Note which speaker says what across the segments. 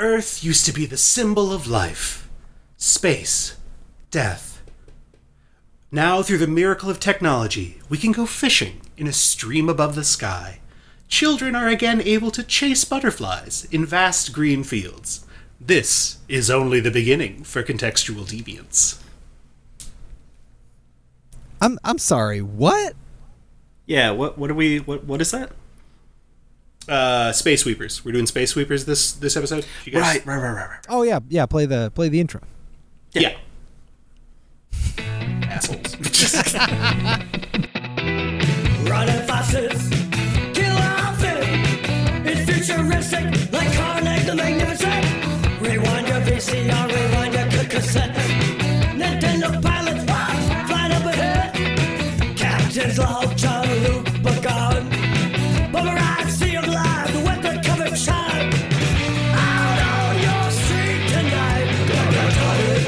Speaker 1: Earth used to be the symbol of life, space, death. Now, through the miracle of technology, we can go fishing in a stream above the sky. Children are again able to chase butterflies in vast green fields. This is only the beginning for contextual deviance.
Speaker 2: I'm I'm sorry. What?
Speaker 3: Yeah, what what are we what what is that?
Speaker 1: Uh, space sweepers. We're doing space sweepers this this episode. You guys-
Speaker 3: right, right, right, right.
Speaker 2: Oh yeah, yeah. Play the play the intro.
Speaker 1: Yeah. Assholes.
Speaker 4: Running foxes, kill outfit. It's futuristic, like Carnegie the Magnificent. Rewind your VCR, rewind your c- cassette. Nintendo pilots, bombs, flying up ahead. Captains log, John Luke, Picard. Boomerang, sea of lies, with the covered shot. Out on your street tonight, like a target.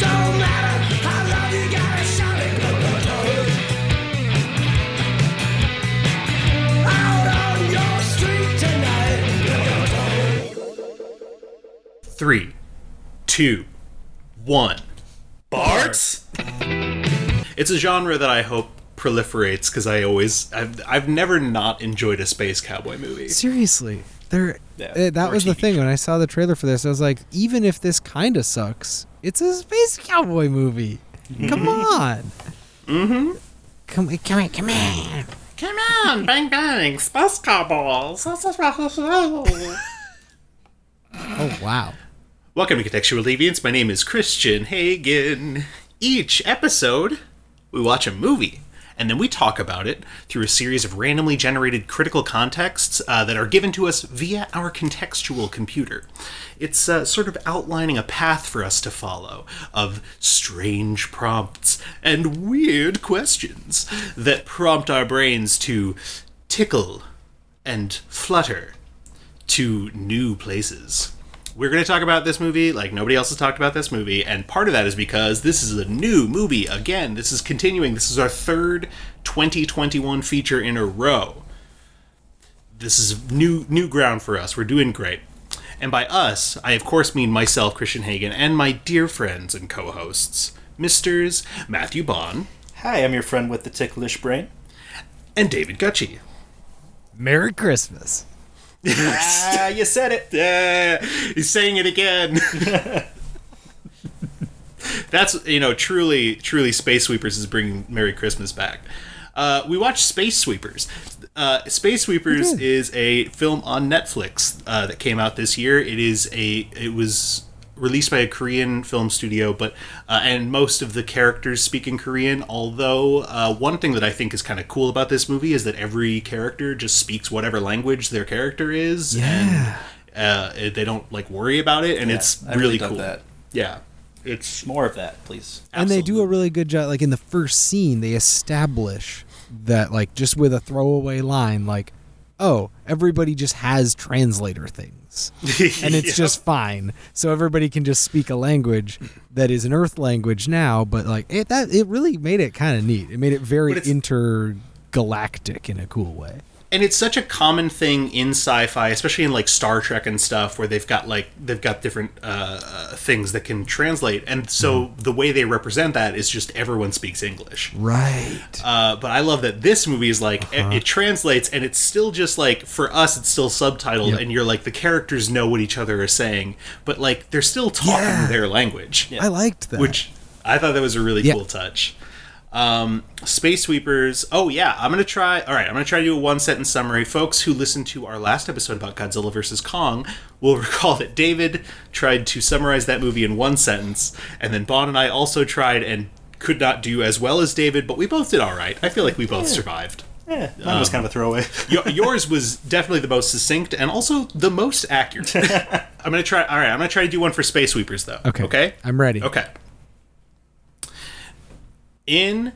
Speaker 4: Don't matter how loud you gotta shout it, like a target. Out on your street tonight, like a target.
Speaker 1: Three, two, one.
Speaker 3: Barts?
Speaker 1: It's a genre that I hope proliferates because I always I've I've never not enjoyed a space cowboy movie.
Speaker 2: Seriously, there.
Speaker 3: Yeah,
Speaker 2: eh, that
Speaker 1: or
Speaker 2: was the
Speaker 1: TV
Speaker 2: thing when I saw the trailer for this. I was like, even if this kind of sucks, it's a space cowboy movie. Come on. Mm-hmm. Come, come on, come on.
Speaker 1: Come on, bang bang, space cowboys.
Speaker 2: Oh wow.
Speaker 1: Welcome to Contextual Deviants. My name is Christian Hagen. Each episode, we watch a movie, and then we talk about it through a series of randomly generated critical contexts uh, that are given to us via our contextual computer. It's uh, sort of outlining a path for us to follow of strange prompts and weird questions that prompt our brains to tickle and flutter to new places. We're going to talk about this movie like nobody else has talked about this movie, and part of that is because this is a new movie. Again, this is continuing. This is our third 2021 feature in a row. This is new new ground for us. We're doing great. And by us, I of course mean myself, Christian Hagen, and my dear friends and co-hosts, Misters Matthew Bond
Speaker 3: Hi, I'm your friend with the ticklish brain.
Speaker 1: and David Gucci.
Speaker 2: Merry Christmas.
Speaker 3: Ah, you said it.
Speaker 1: Yeah, he's saying it again. That's you know truly truly Space Sweepers is bringing Merry Christmas back. Uh, we watched Space Sweepers. Uh, Space Sweepers is a film on Netflix uh, that came out this year. It is a it was released by a Korean film studio, but uh, and most of the characters speak in Korean. Although uh, one thing that I think is kind of cool about this movie is that every character just speaks whatever language their character is,
Speaker 2: Yeah.
Speaker 1: and uh, it- they don't like worry about it, and
Speaker 3: Yeah,
Speaker 1: it's
Speaker 3: I
Speaker 1: really
Speaker 3: really dug
Speaker 1: cool.
Speaker 3: that.
Speaker 1: Yeah, it's
Speaker 3: More of that, please.
Speaker 2: and they do a
Speaker 1: absolutely-
Speaker 2: really good job like in the first scene they establish that like just with a throwaway line like oh everybody just has translator things and it's just fine so everybody can just speak a language that is an earth language now but like it that it really made it kind of neat it made it very
Speaker 1: But it's-
Speaker 2: intergalactic in a cool way
Speaker 1: and it's such a common thing in sci-fi especially in like star trek and stuff where they've got like they've got different uh, uh, things that can translate and so
Speaker 2: Mm-hmm.
Speaker 1: the way they represent that is just everyone speaks english
Speaker 2: right
Speaker 1: uh, but i love that this movie is like
Speaker 2: Uh-huh.
Speaker 1: it, it translates and it's still just like for us it's still subtitled
Speaker 2: Yep.
Speaker 1: and you're like the characters know what each other are saying but like they're still talking
Speaker 2: Yeah.
Speaker 1: their language
Speaker 2: i liked that
Speaker 1: which I thought that was a really
Speaker 2: Yeah.
Speaker 1: cool touch. Um, Space Sweepers. Oh yeah, I'm gonna try. All right, I'm gonna try to do a one sentence summary. Folks who listened to our last episode about Godzilla vs Kong will recall that David tried to summarize that movie in one sentence, and then Bon and I also tried and could not do as well as David, but we both did all right. I feel like we both survived.
Speaker 3: Yeah, mine
Speaker 1: Ah.
Speaker 3: was kind of a throwaway.
Speaker 1: Yo- yours was definitely the most succinct and also the most accurate. I'm gonna try. All right, I'm gonna try to do one for Space Sweepers though.
Speaker 2: okay
Speaker 1: Okay.
Speaker 2: i'm ready
Speaker 1: Okay. In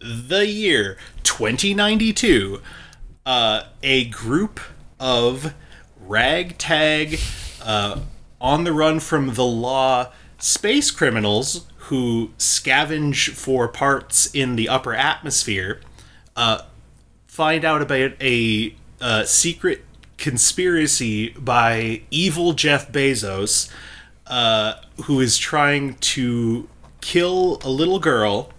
Speaker 1: the year 2092, uh, a group of ragtag, uh, on the run from the law space criminals who scavenge for parts in the upper atmosphere uh, find out about a uh, secret conspiracy by evil Jeff Bezos, uh, who is trying to kill a little girl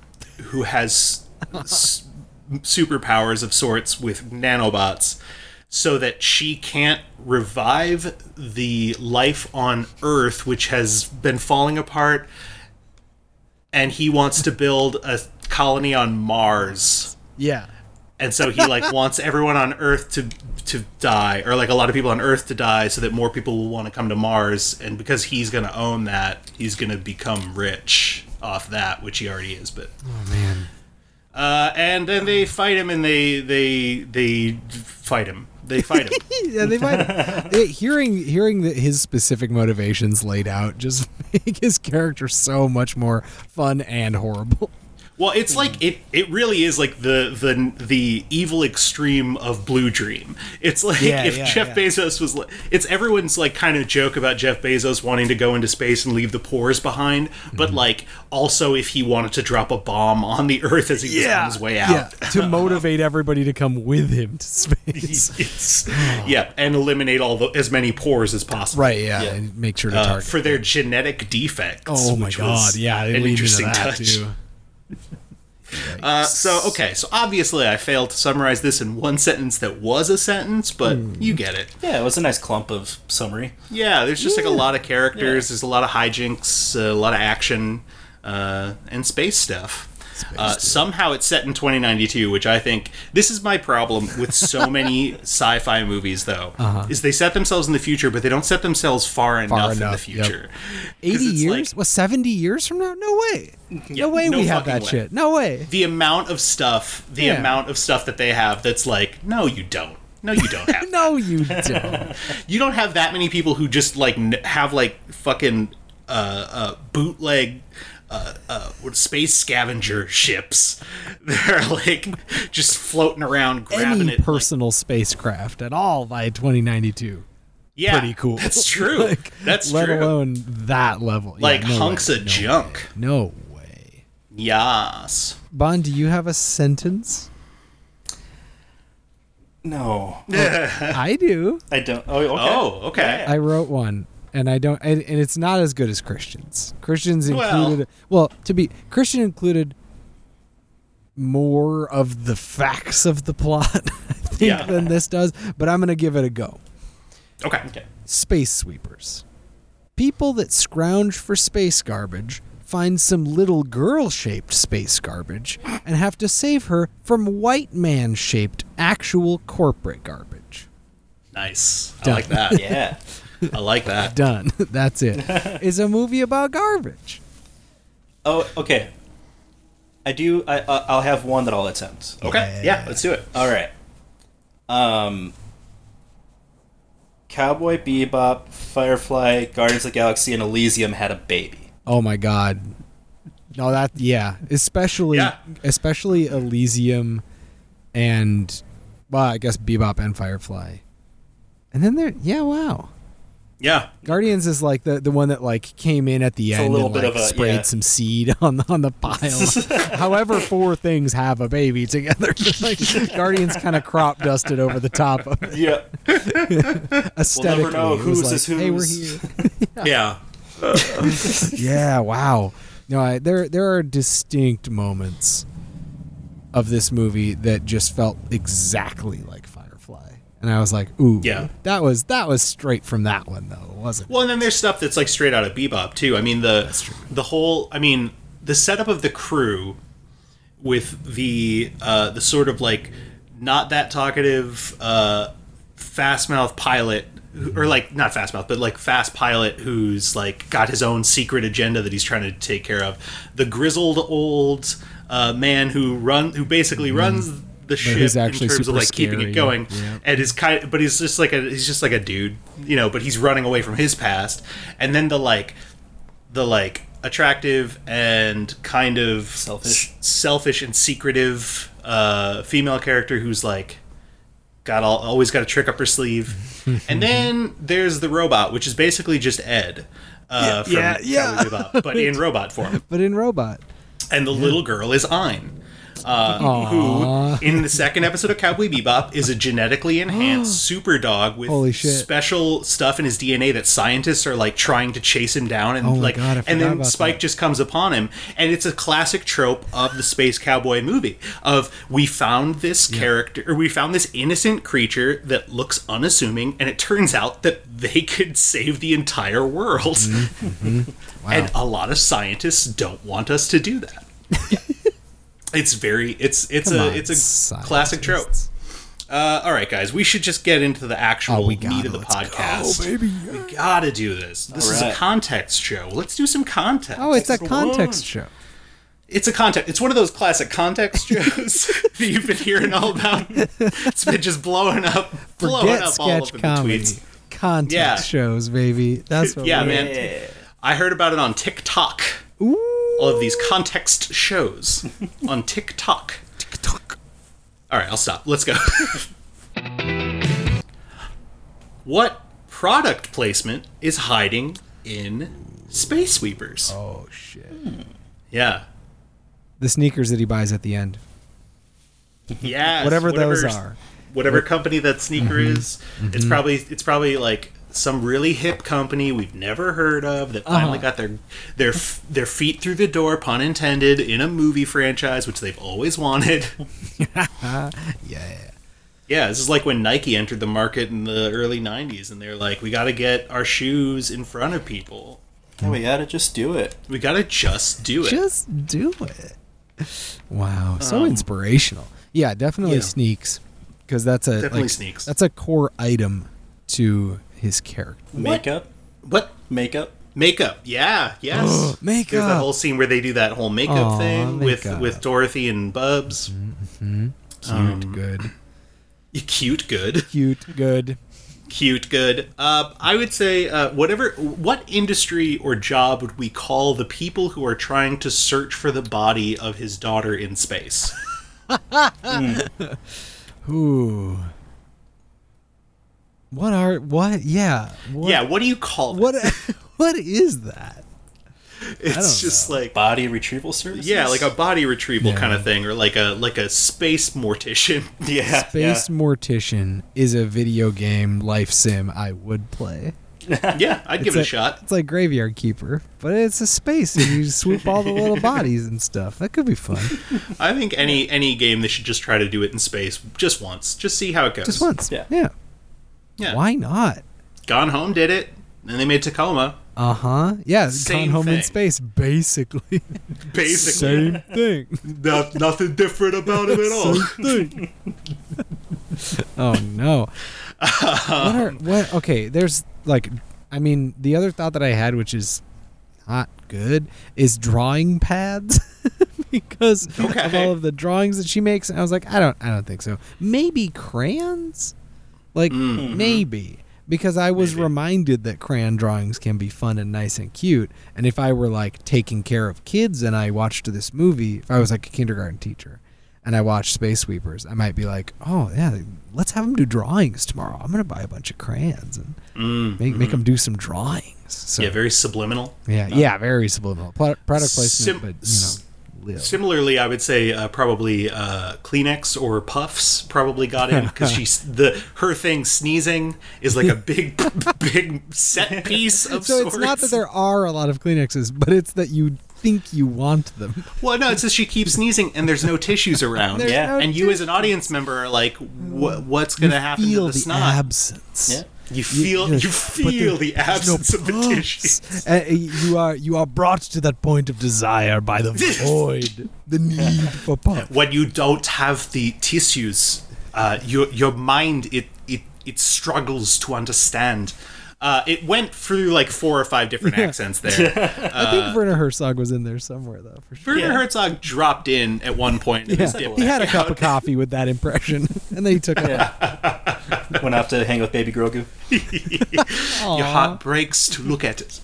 Speaker 1: who has s- superpowers of sorts with nanobots so that she can't revive the life on Earth, which has been falling apart. And he wants to build a colony on Mars
Speaker 2: Yeah.
Speaker 1: and so he like wants everyone on earth to to die or like a lot of people on earth to die so that more people will want to come to mars and because he's going to own that he's going to become rich off that which he already is but
Speaker 2: Oh man.
Speaker 1: uh, and then they fight him and they they they fight him they fight him
Speaker 2: Yeah, they might. it, hearing hearing the, his specific motivations laid out just make his character so much more fun and horrible.
Speaker 1: Well, it's
Speaker 2: Hmm.
Speaker 1: like it it really is like the the the evil extreme of Blue Dream. It's like
Speaker 3: Yeah,
Speaker 1: if
Speaker 3: yeah,
Speaker 1: Jeff
Speaker 3: yeah.
Speaker 1: Bezos was like it's everyone's like kind of joke about Jeff Bezos wanting to go into space and leave the pores behind,
Speaker 2: Hmm.
Speaker 1: but like also if he wanted to drop a bomb on the earth as he was on his way out.
Speaker 2: to motivate everybody to come with him to space.
Speaker 1: It's- yeah, and eliminate all the as many pores as possible.
Speaker 2: Right, yeah, and make sure to
Speaker 1: Uh,
Speaker 2: target.
Speaker 1: for their genetic defects.
Speaker 2: oh my
Speaker 1: which was
Speaker 2: god, yeah, they
Speaker 1: an
Speaker 2: lead into
Speaker 1: interesting
Speaker 2: that,
Speaker 1: touch.
Speaker 2: too.
Speaker 1: Uh, so okay, so obviously I failed to summarize this in one sentence that was a sentence, but
Speaker 2: Hmm.
Speaker 1: you get it.
Speaker 3: Yeah, it was a nice clump of summary.
Speaker 1: Yeah, there's just like a lot of characters. There's a lot of hijinks, a lot of action, uh, and space stuff. uh, somehow it's set in 2092, which I think this is my problem with so many sci-fi movies, though,
Speaker 2: Uh-huh.
Speaker 1: is they set themselves in the future, but they don't set themselves far, enough, in the
Speaker 2: enough, yep.
Speaker 1: future.
Speaker 2: 80
Speaker 1: it's
Speaker 2: years?
Speaker 1: like-
Speaker 2: what, 70 years from now? No way.
Speaker 1: Yeah,
Speaker 2: no way
Speaker 1: no
Speaker 2: we have
Speaker 1: fucking
Speaker 2: that
Speaker 1: way.
Speaker 2: shit. No way.
Speaker 1: the amount of stuff, the
Speaker 2: Yeah.
Speaker 1: amount of stuff that they have, that's like, no, you don't. No, you don't have.
Speaker 2: No, you don't.
Speaker 1: you don't have that many people who just like n- have like fucking uh, uh, bootleg uh, uh, what- space scavenger ships. They're like just floating around grabbing
Speaker 2: Any
Speaker 1: it. like-
Speaker 2: personal spacecraft at all by 2092.
Speaker 1: yeah,
Speaker 2: pretty cool.
Speaker 1: That's true.
Speaker 2: Like,
Speaker 1: that's
Speaker 2: let
Speaker 1: true.
Speaker 2: alone that level. Yeah,
Speaker 1: like
Speaker 2: no
Speaker 1: hunks
Speaker 2: way,
Speaker 1: of
Speaker 2: no
Speaker 1: junk.
Speaker 2: way, No way.
Speaker 1: Yas.
Speaker 2: Bond, do you have a sentence?
Speaker 3: No,
Speaker 2: I do.
Speaker 3: I don't. Oh, okay.
Speaker 1: Oh, okay.
Speaker 2: I wrote one, and I don't, and, and it's not as good as Christians. Christians
Speaker 1: Well-
Speaker 2: included. Well, to be Christian included more of the facts of the plot, I think,
Speaker 1: Yeah.
Speaker 2: than this does. But I'm gonna give it a go.
Speaker 1: okay.
Speaker 3: Okay.
Speaker 2: Space sweepers, people that scrounge for space garbage. Find some little girl shaped space garbage and have to save her from white man shaped actual corporate garbage.
Speaker 1: Nice. I
Speaker 2: Done.
Speaker 1: like that.
Speaker 3: Yeah.
Speaker 1: I like that.
Speaker 2: Done. That's it. It's a movie about garbage.
Speaker 3: Oh, okay. I do. I, I I'll have one that I'll attempt.
Speaker 1: Okay. Yeah. Let's do it.
Speaker 3: All right. Um. Cowboy Bebop, Firefly, Guardians of the Galaxy, and Elysium had a baby.
Speaker 2: Oh my god. No, that yeah, especially
Speaker 1: Yeah.
Speaker 2: especially Elysium and well, I guess Bebop and Firefly. And then there yeah, wow.
Speaker 1: Yeah.
Speaker 2: Guardians is like the, the one that like came in at the
Speaker 3: a
Speaker 2: end
Speaker 3: little
Speaker 2: and
Speaker 3: bit
Speaker 2: like
Speaker 3: of a-
Speaker 2: sprayed
Speaker 3: yeah.
Speaker 2: some seed on the, on the pile. However, four things have a baby together. like, Guardians kind of crop dusted over the top of it.
Speaker 3: Yeah.
Speaker 2: Aesthetically,
Speaker 3: know
Speaker 2: it was
Speaker 3: whose
Speaker 2: like,
Speaker 3: is
Speaker 2: Hey, we're
Speaker 3: whose."
Speaker 2: here.
Speaker 1: Yeah.
Speaker 2: Yeah, wow. No, I, there there are distinct moments of this movie that just felt exactly like Firefly. And I was like, ooh,
Speaker 1: Yeah.
Speaker 2: that was that was straight from that one though, wasn't it?
Speaker 1: Well, and then there's stuff that's like straight out of Bebop too. I mean the the whole. I mean the setup of the crew with the uh, the sort of like not that talkative uh, fast mouth pilot. who- Or like not fast mouth, but like fast pilot who's like got his own secret agenda that he's trying to take care of. The grizzled old uh, man who run who basically runs the ship
Speaker 2: who's
Speaker 1: in
Speaker 2: Mm-hmm. actually
Speaker 1: terms of
Speaker 2: super
Speaker 1: like keeping
Speaker 2: scary.
Speaker 1: it going
Speaker 2: Yeah.
Speaker 1: and is kind but he's just like a he's just like a dude you know but he's running away from his past and then the like the like attractive and kind of
Speaker 3: Selfish.
Speaker 1: s- selfish and secretive uh female character who's like got all always got a trick up her sleeve and then there's the robot which is basically just ed uh from
Speaker 2: yeah, yeah.
Speaker 1: Cowboy Bebop, but in robot form
Speaker 2: But in Robot.
Speaker 1: and the little girl is Ein. uh, who in the second episode of Cowboy Bebop is a genetically enhanced super dog with
Speaker 2: Holy shit.
Speaker 1: special stuff in his DNA that scientists are like trying to chase him down and
Speaker 2: Oh my
Speaker 1: like
Speaker 2: God, I forgot
Speaker 1: and then
Speaker 2: about
Speaker 1: Spike
Speaker 2: that.
Speaker 1: just comes upon him and it's a classic trope of the space cowboy movie of we found this character or we found this innocent creature that looks unassuming and it turns out that they could save the entire world.
Speaker 2: Mm-hmm.
Speaker 1: And a lot of scientists don't want us to do that. it's very it's it's
Speaker 2: Come
Speaker 1: a
Speaker 2: on,
Speaker 1: it's a classic trope.
Speaker 2: scientists.
Speaker 1: Uh, all right, guys, we should just get into the actual
Speaker 2: Oh, we
Speaker 1: meat
Speaker 2: gotta.
Speaker 1: of the
Speaker 2: Let's go,
Speaker 1: podcast.
Speaker 2: Oh,
Speaker 1: We gotta do this. This
Speaker 3: All
Speaker 1: is a
Speaker 3: right.
Speaker 1: context show. Let's do some context.
Speaker 2: Oh, it's a
Speaker 3: Come
Speaker 2: context
Speaker 3: on.
Speaker 2: show.
Speaker 1: It's a context. It's one of those classic context shows that you've been hearing all about. It's been just blowing up, blowing
Speaker 2: Forget
Speaker 1: up all
Speaker 2: sketch
Speaker 1: over
Speaker 2: comedy.
Speaker 1: the tweets.
Speaker 2: Context
Speaker 1: Yeah.
Speaker 2: shows, baby. That's what
Speaker 1: Yeah,
Speaker 2: we
Speaker 1: man. I heard about it on TikTok.
Speaker 2: Ooh.
Speaker 1: All of these context shows on TikTok.
Speaker 2: TikTok.
Speaker 1: All right, I'll stop. Let's go. what product placement is hiding in Space Sweepers?
Speaker 2: Oh shit.
Speaker 1: Yeah.
Speaker 2: The sneakers that he buys at the end.
Speaker 1: Yes.
Speaker 2: Whatever those are. Mm-hmm.
Speaker 1: Whatever company that sneaker is, it's probably it's probably like some really hip company we've never heard of that finally
Speaker 2: Uh-huh.
Speaker 1: got their their f- their feet through the door, pun intended, in a movie franchise which they've always wanted.
Speaker 2: Yeah.
Speaker 1: Yeah, this is like when Nike entered the market in the early 90s and they're like, we got to get our shoes in front of people.
Speaker 3: And we gotta just do it.
Speaker 1: We got to just do it.
Speaker 2: Just do it. Wow, so inspirational. Yeah, definitely
Speaker 1: Um, yeah.
Speaker 2: sneaks because that's a
Speaker 1: Definitely
Speaker 2: like,
Speaker 1: sneaks.
Speaker 2: That's a core item to his character.
Speaker 3: Makeup.
Speaker 1: what?
Speaker 3: Makeup.
Speaker 1: Makeup. Yeah, yes. There's that
Speaker 2: Makeup.
Speaker 1: whole scene where they do that whole makeup
Speaker 2: Aw,
Speaker 1: thing with
Speaker 2: makeup.
Speaker 1: with Dorothy and Bubs.
Speaker 2: Cute,
Speaker 1: Um,
Speaker 2: good.
Speaker 1: Cute, good.
Speaker 2: Cute, good.
Speaker 1: Cute, good. Uh, I would say uh, whatever. What industry or job would we call the people who are trying to search for the body of his daughter in space?
Speaker 2: Ooh. What are what? Yeah. What,
Speaker 1: yeah. What do you call? That?
Speaker 2: What? What is that?
Speaker 1: It's just like
Speaker 3: Body retrieval services.
Speaker 1: yeah, like a body retrieval kind of thing, or like a like a space mortician.
Speaker 3: yeah.
Speaker 2: Space Mortician is a video game life sim I would play.
Speaker 1: yeah, I'd give it a
Speaker 2: like-
Speaker 1: shot.
Speaker 2: It's like Graveyard Keeper, but it's a space and you swoop all the little bodies and stuff. That could be fun.
Speaker 1: I think any any game they should just try to do it in space just once, just see how it goes.
Speaker 2: Just once.
Speaker 3: Yeah.
Speaker 2: yeah.
Speaker 1: Yeah.
Speaker 2: Why not?
Speaker 1: Gone Home did it, and they made Tacoma.
Speaker 2: Uh huh. Yeah.
Speaker 1: Same
Speaker 2: Gone home in
Speaker 1: thing.
Speaker 2: space, basically.
Speaker 1: Basically,
Speaker 2: Same thing.
Speaker 1: Not- nothing different about it at all.
Speaker 2: Same thing. oh no. What
Speaker 1: Um,
Speaker 2: are what? Okay. There's like, I mean, the other thought that I had, which is not good, is drawing pads. Because of
Speaker 1: Okay.
Speaker 2: all of the drawings that she makes, and I was like, I don't, I don't think so. Maybe crayons, like
Speaker 1: Mm-hmm.
Speaker 2: maybe, because I was reminded that crayon drawings can be fun and nice and cute. And if I were like taking care of kids and I watched this movie, if I was like a kindergarten teacher and I watched Space Sweepers, I might be like, oh yeah, let's have them do drawings tomorrow. I'm gonna buy a bunch of crayons and make make them do some drawings. So
Speaker 1: Mm-hmm. Yeah, very subliminal.
Speaker 2: yeah, yeah, very subliminal Pla- product
Speaker 1: Sim-
Speaker 2: placement, but you know, live.
Speaker 1: Similarly, I would say uh, probably uh, Kleenex or Puffs probably got in because she the her thing sneezing is like a big big set piece of
Speaker 2: So
Speaker 1: sorts.
Speaker 2: it's not that there are a lot of Kleenexes, but it's that you think you want them.
Speaker 1: Well, no, it's just she keeps sneezing and there's no tissues around.
Speaker 2: There's
Speaker 3: Yeah.
Speaker 2: no
Speaker 1: and you as an audience member are like, "Wha- what's going to happen to
Speaker 2: feel
Speaker 1: the
Speaker 2: the
Speaker 1: snot?
Speaker 2: absence.
Speaker 3: Yeah.
Speaker 1: you feel you,
Speaker 2: you're like, "But
Speaker 1: feel
Speaker 2: there-
Speaker 1: the
Speaker 2: there's no
Speaker 1: absence of the
Speaker 2: pulse."
Speaker 1: tissues.
Speaker 2: Uh, you are you are brought to that point of desire by the void, the need for pop.
Speaker 1: When you don't have the tissues, uh, your your mind it it it struggles to understand. Uh, it went through like four or five different accents there. Uh,
Speaker 2: I think Werner Herzog was in there somewhere though, for sure.
Speaker 1: Werner
Speaker 3: Yeah.
Speaker 1: Herzog dropped in at one point. And was
Speaker 2: Yeah.
Speaker 1: dipped
Speaker 2: He had a
Speaker 1: back
Speaker 2: cup
Speaker 1: out.
Speaker 2: of coffee with that impression, and then he took it.
Speaker 3: Went off to hang with Baby Grogu.
Speaker 1: Your heart breaks to look at it.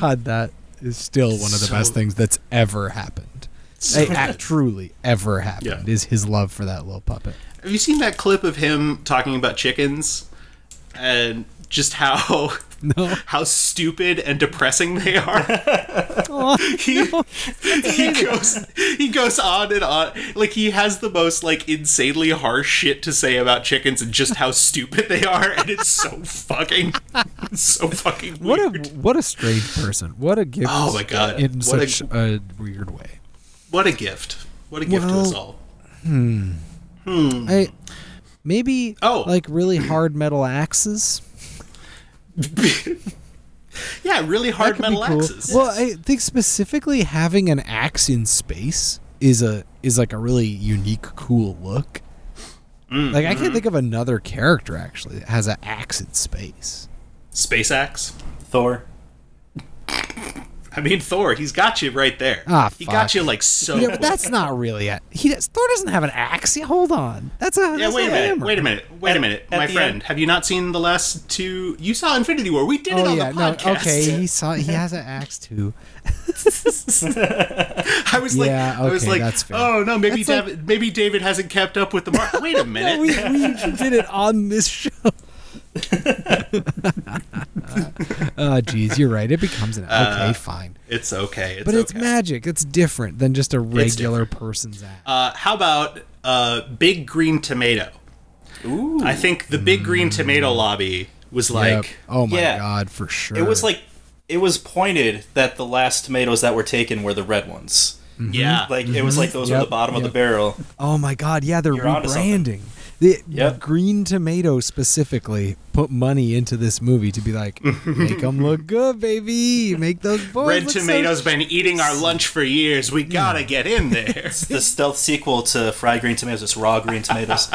Speaker 2: God, that is still one of the
Speaker 1: Um, So-
Speaker 2: best things that's ever happened. They act truly ever happened
Speaker 1: Yeah.
Speaker 2: is his love for that little puppet.
Speaker 1: Have you seen that clip of him talking about chickens? and just how
Speaker 2: No.
Speaker 1: how stupid and depressing they are.
Speaker 2: Aw.
Speaker 1: He, he goes he goes on and on like he has the most like insanely harsh shit to say about chickens and just how stupid they are and it's so fucking it's so fucking
Speaker 2: What
Speaker 1: weird.
Speaker 2: a what a strange person. What a gift.
Speaker 1: Oh my God.
Speaker 2: In
Speaker 1: What a-
Speaker 2: such a, weird way.
Speaker 1: What a gift. What a gift to
Speaker 2: Well-
Speaker 1: us all.
Speaker 2: I maybe
Speaker 1: Oh.
Speaker 2: like really hard metal axes.
Speaker 1: yeah, really hard
Speaker 2: That could be
Speaker 1: metal
Speaker 2: cool.
Speaker 1: axes.
Speaker 2: Well, I think specifically having an axe in space is a is like a really unique, cool look.
Speaker 1: Mm.
Speaker 2: Like I
Speaker 1: Mm-hmm.
Speaker 2: can't think of another character actually that has an axe in space.
Speaker 1: Space axe.
Speaker 3: Thor.
Speaker 1: I mean Thor, he's got you right there.
Speaker 2: Ah,
Speaker 1: he got
Speaker 2: fuck.
Speaker 1: you like so
Speaker 2: Yeah, but that's not really it. He does, Thor doesn't have an axe. Yeah, hold on. That's a
Speaker 1: Yeah,
Speaker 2: that's
Speaker 1: wait a
Speaker 2: not
Speaker 1: minute.
Speaker 2: hammer.
Speaker 1: Wait a minute. Wait a
Speaker 3: At-
Speaker 1: minute.
Speaker 3: at
Speaker 1: My
Speaker 3: the
Speaker 1: friend,
Speaker 3: end-
Speaker 1: have you not seen the last two? You saw Infinity War. We did it
Speaker 2: Oh
Speaker 1: on
Speaker 2: yeah,
Speaker 1: the
Speaker 2: no,
Speaker 1: podcast.
Speaker 2: okay. He saw he has an axe too.
Speaker 1: I was like,
Speaker 2: Yeah,
Speaker 1: I was
Speaker 2: okay,
Speaker 1: like,
Speaker 2: that's fair.
Speaker 1: oh no, maybe
Speaker 2: That's like-
Speaker 1: David, maybe David hasn't kept up with the mark. Wait a minute.
Speaker 2: we, we did it on this show. oh jeez, you're right. It becomes an okay, fine.
Speaker 1: Uh, It's okay. It's
Speaker 2: But it's
Speaker 1: okay.
Speaker 2: magic. It's different than just a regular person's axe.
Speaker 1: Uh, how about uh, Big Green Tomato?
Speaker 3: Ooh.
Speaker 1: I think the Big Green Tomato lobby was
Speaker 2: Mm. Yep.
Speaker 1: like,
Speaker 2: oh my
Speaker 3: yeah.
Speaker 2: god, for sure.
Speaker 3: It was like it was pointed that the last tomatoes that were taken were the red ones.
Speaker 2: Mm-hmm.
Speaker 1: yeah,
Speaker 3: Like it was like those were
Speaker 2: Yep,
Speaker 3: the bottom of the
Speaker 2: yep.
Speaker 3: barrel.
Speaker 2: oh my god, yeah, they're
Speaker 3: You're onto something.
Speaker 2: rebranding. The
Speaker 3: Yep.
Speaker 2: Green Tomato specifically put money into this movie to be like, make them look good, baby. Make those boys
Speaker 1: Red
Speaker 2: look oh, so
Speaker 1: Tomato's been eating our lunch for years. We gotta get in there.
Speaker 3: It's the stealth sequel to Fried Green Tomatoes. It's raw green tomatoes.